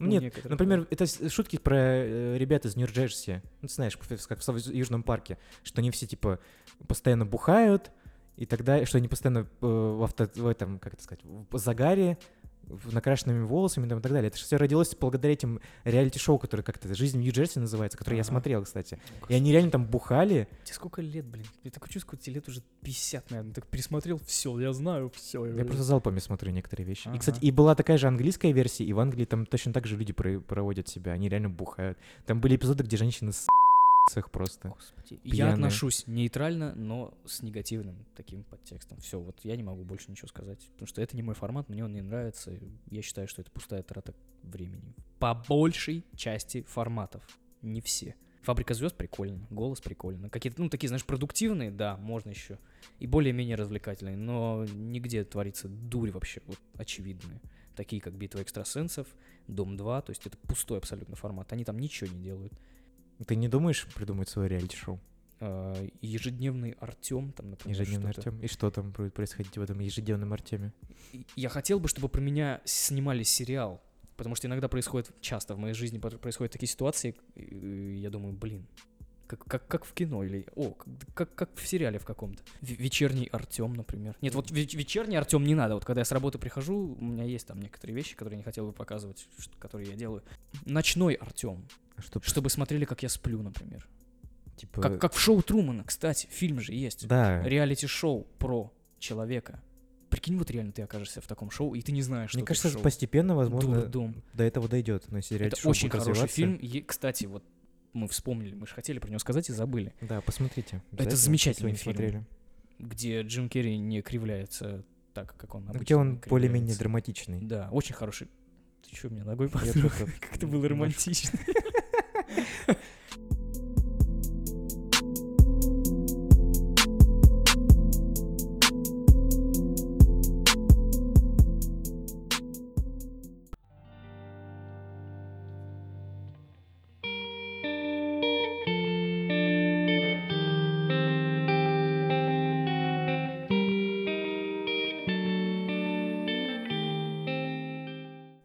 У Нет, некоторых, например, это с- шутки про э, ребят из Нью-Джерси. Ну, ты знаешь, как в Сав- Южном парке, что они все, типа, постоянно бухают, и тогда, что они постоянно э, в, авто, в этом, как это сказать, в загаре, в накрашенными волосами там, и так далее. Это все родилось благодаря этим реалити-шоу, которое как-то «Жизнь в Нью-Джерси» называется, которое я Ага. смотрел, кстати. И они реально там бухали. Тебе сколько лет, блин? Я такое чувство, тебе лет уже 50, наверное. Так пересмотрел, все, я знаю, все. Я просто залпами смотрю некоторые вещи. И, кстати, Э. Ага. и была такая же английская версия, и в Англии там точно так же люди про- проводят себя, они реально бухают. Там были эпизоды, где женщины с их просто. Я пьяные. отношусь нейтрально, но с негативным таким подтекстом. Все, вот я не могу больше ничего сказать. Потому что это не мой формат, мне он не нравится. и Я считаю, что это пустая трата времени. По большей части форматов. Не все. Фабрика звезд прикольно, голос прикольно. Какие-то, ну, такие, знаешь, продуктивные, да, можно еще. И более-менее развлекательные, но нигде творится дурь вообще, вот, очевидная. Такие, как «Битва экстрасенсов», «Дом-2», то есть это пустой абсолютно формат. Они там ничего не делают. Ты не думаешь придумать свое реалити-шоу? Э, Ежедневный Артем, там, например, Ежедневный что-то. Артем. И что там будет происходить в этом ежедневном Артеме? И Я хотел бы, чтобы про меня снимали сериал, потому что иногда происходит, часто в моей жизни пот- происходят такие ситуации, и я думаю, блин, как, как, как в кино или, о, как- как, как в сериале в каком-то. В- вечерний Артем, например. Нет, вот веч- вечерний Артем не надо. Вот когда я с работы прихожу, у меня есть там некоторые вещи, которые я не хотел бы показывать, ш- которые я делаю. Ночной Артем. Чтобы смотрели, как я сплю, например. А Типа... Как, как в шоу Трумана, кстати, фильм же есть. Да. Реалити-шоу про человека. Прикинь, вот реально ты окажешься в таком шоу, и ты не знаешь, что Мне ты кажется, в шоу. постепенно, возможно, Дурдом. до этого дойдет. Но если Это реалити-шоу очень будет хороший развиваться- фильм. Е- Кстати, вот мы вспомнили, мы же хотели про него сказать и забыли. Да, посмотрите. обязательно, Это если замечательный не фильм, смотрели. где Джим Керри не кривляется так, как он Ну, обычно Где он кривляется. более-менее драматичный. Да, очень хороший. Ты что, мне ногой Я подруг? просто Как это было немножко- романтично.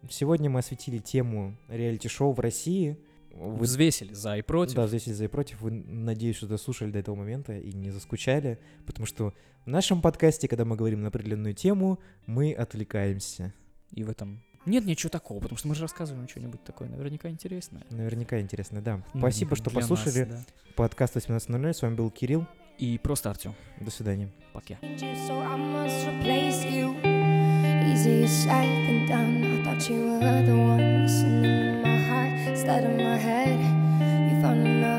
Сегодня мы осветили тему реалити-шоу в России. Вы- Взвесили за и против. Да, взвесили за и против. Вы, надеюсь, что дослушали до этого момента и не заскучали, потому что в нашем подкасте, когда мы говорим на определенную тему, мы отвлекаемся. И в этом... Нет ничего такого, потому что мы же рассказываем что-нибудь такое наверняка интересное. Наверняка интересно, да. Ну, Спасибо, что для нас, послушали да. подкаст 18.00. С вами был Кирилл. И просто Артем. До свидания. Пока. So I must replace you. Easier said than done. I thought you were the one listening to my heart instead of my head. You found another.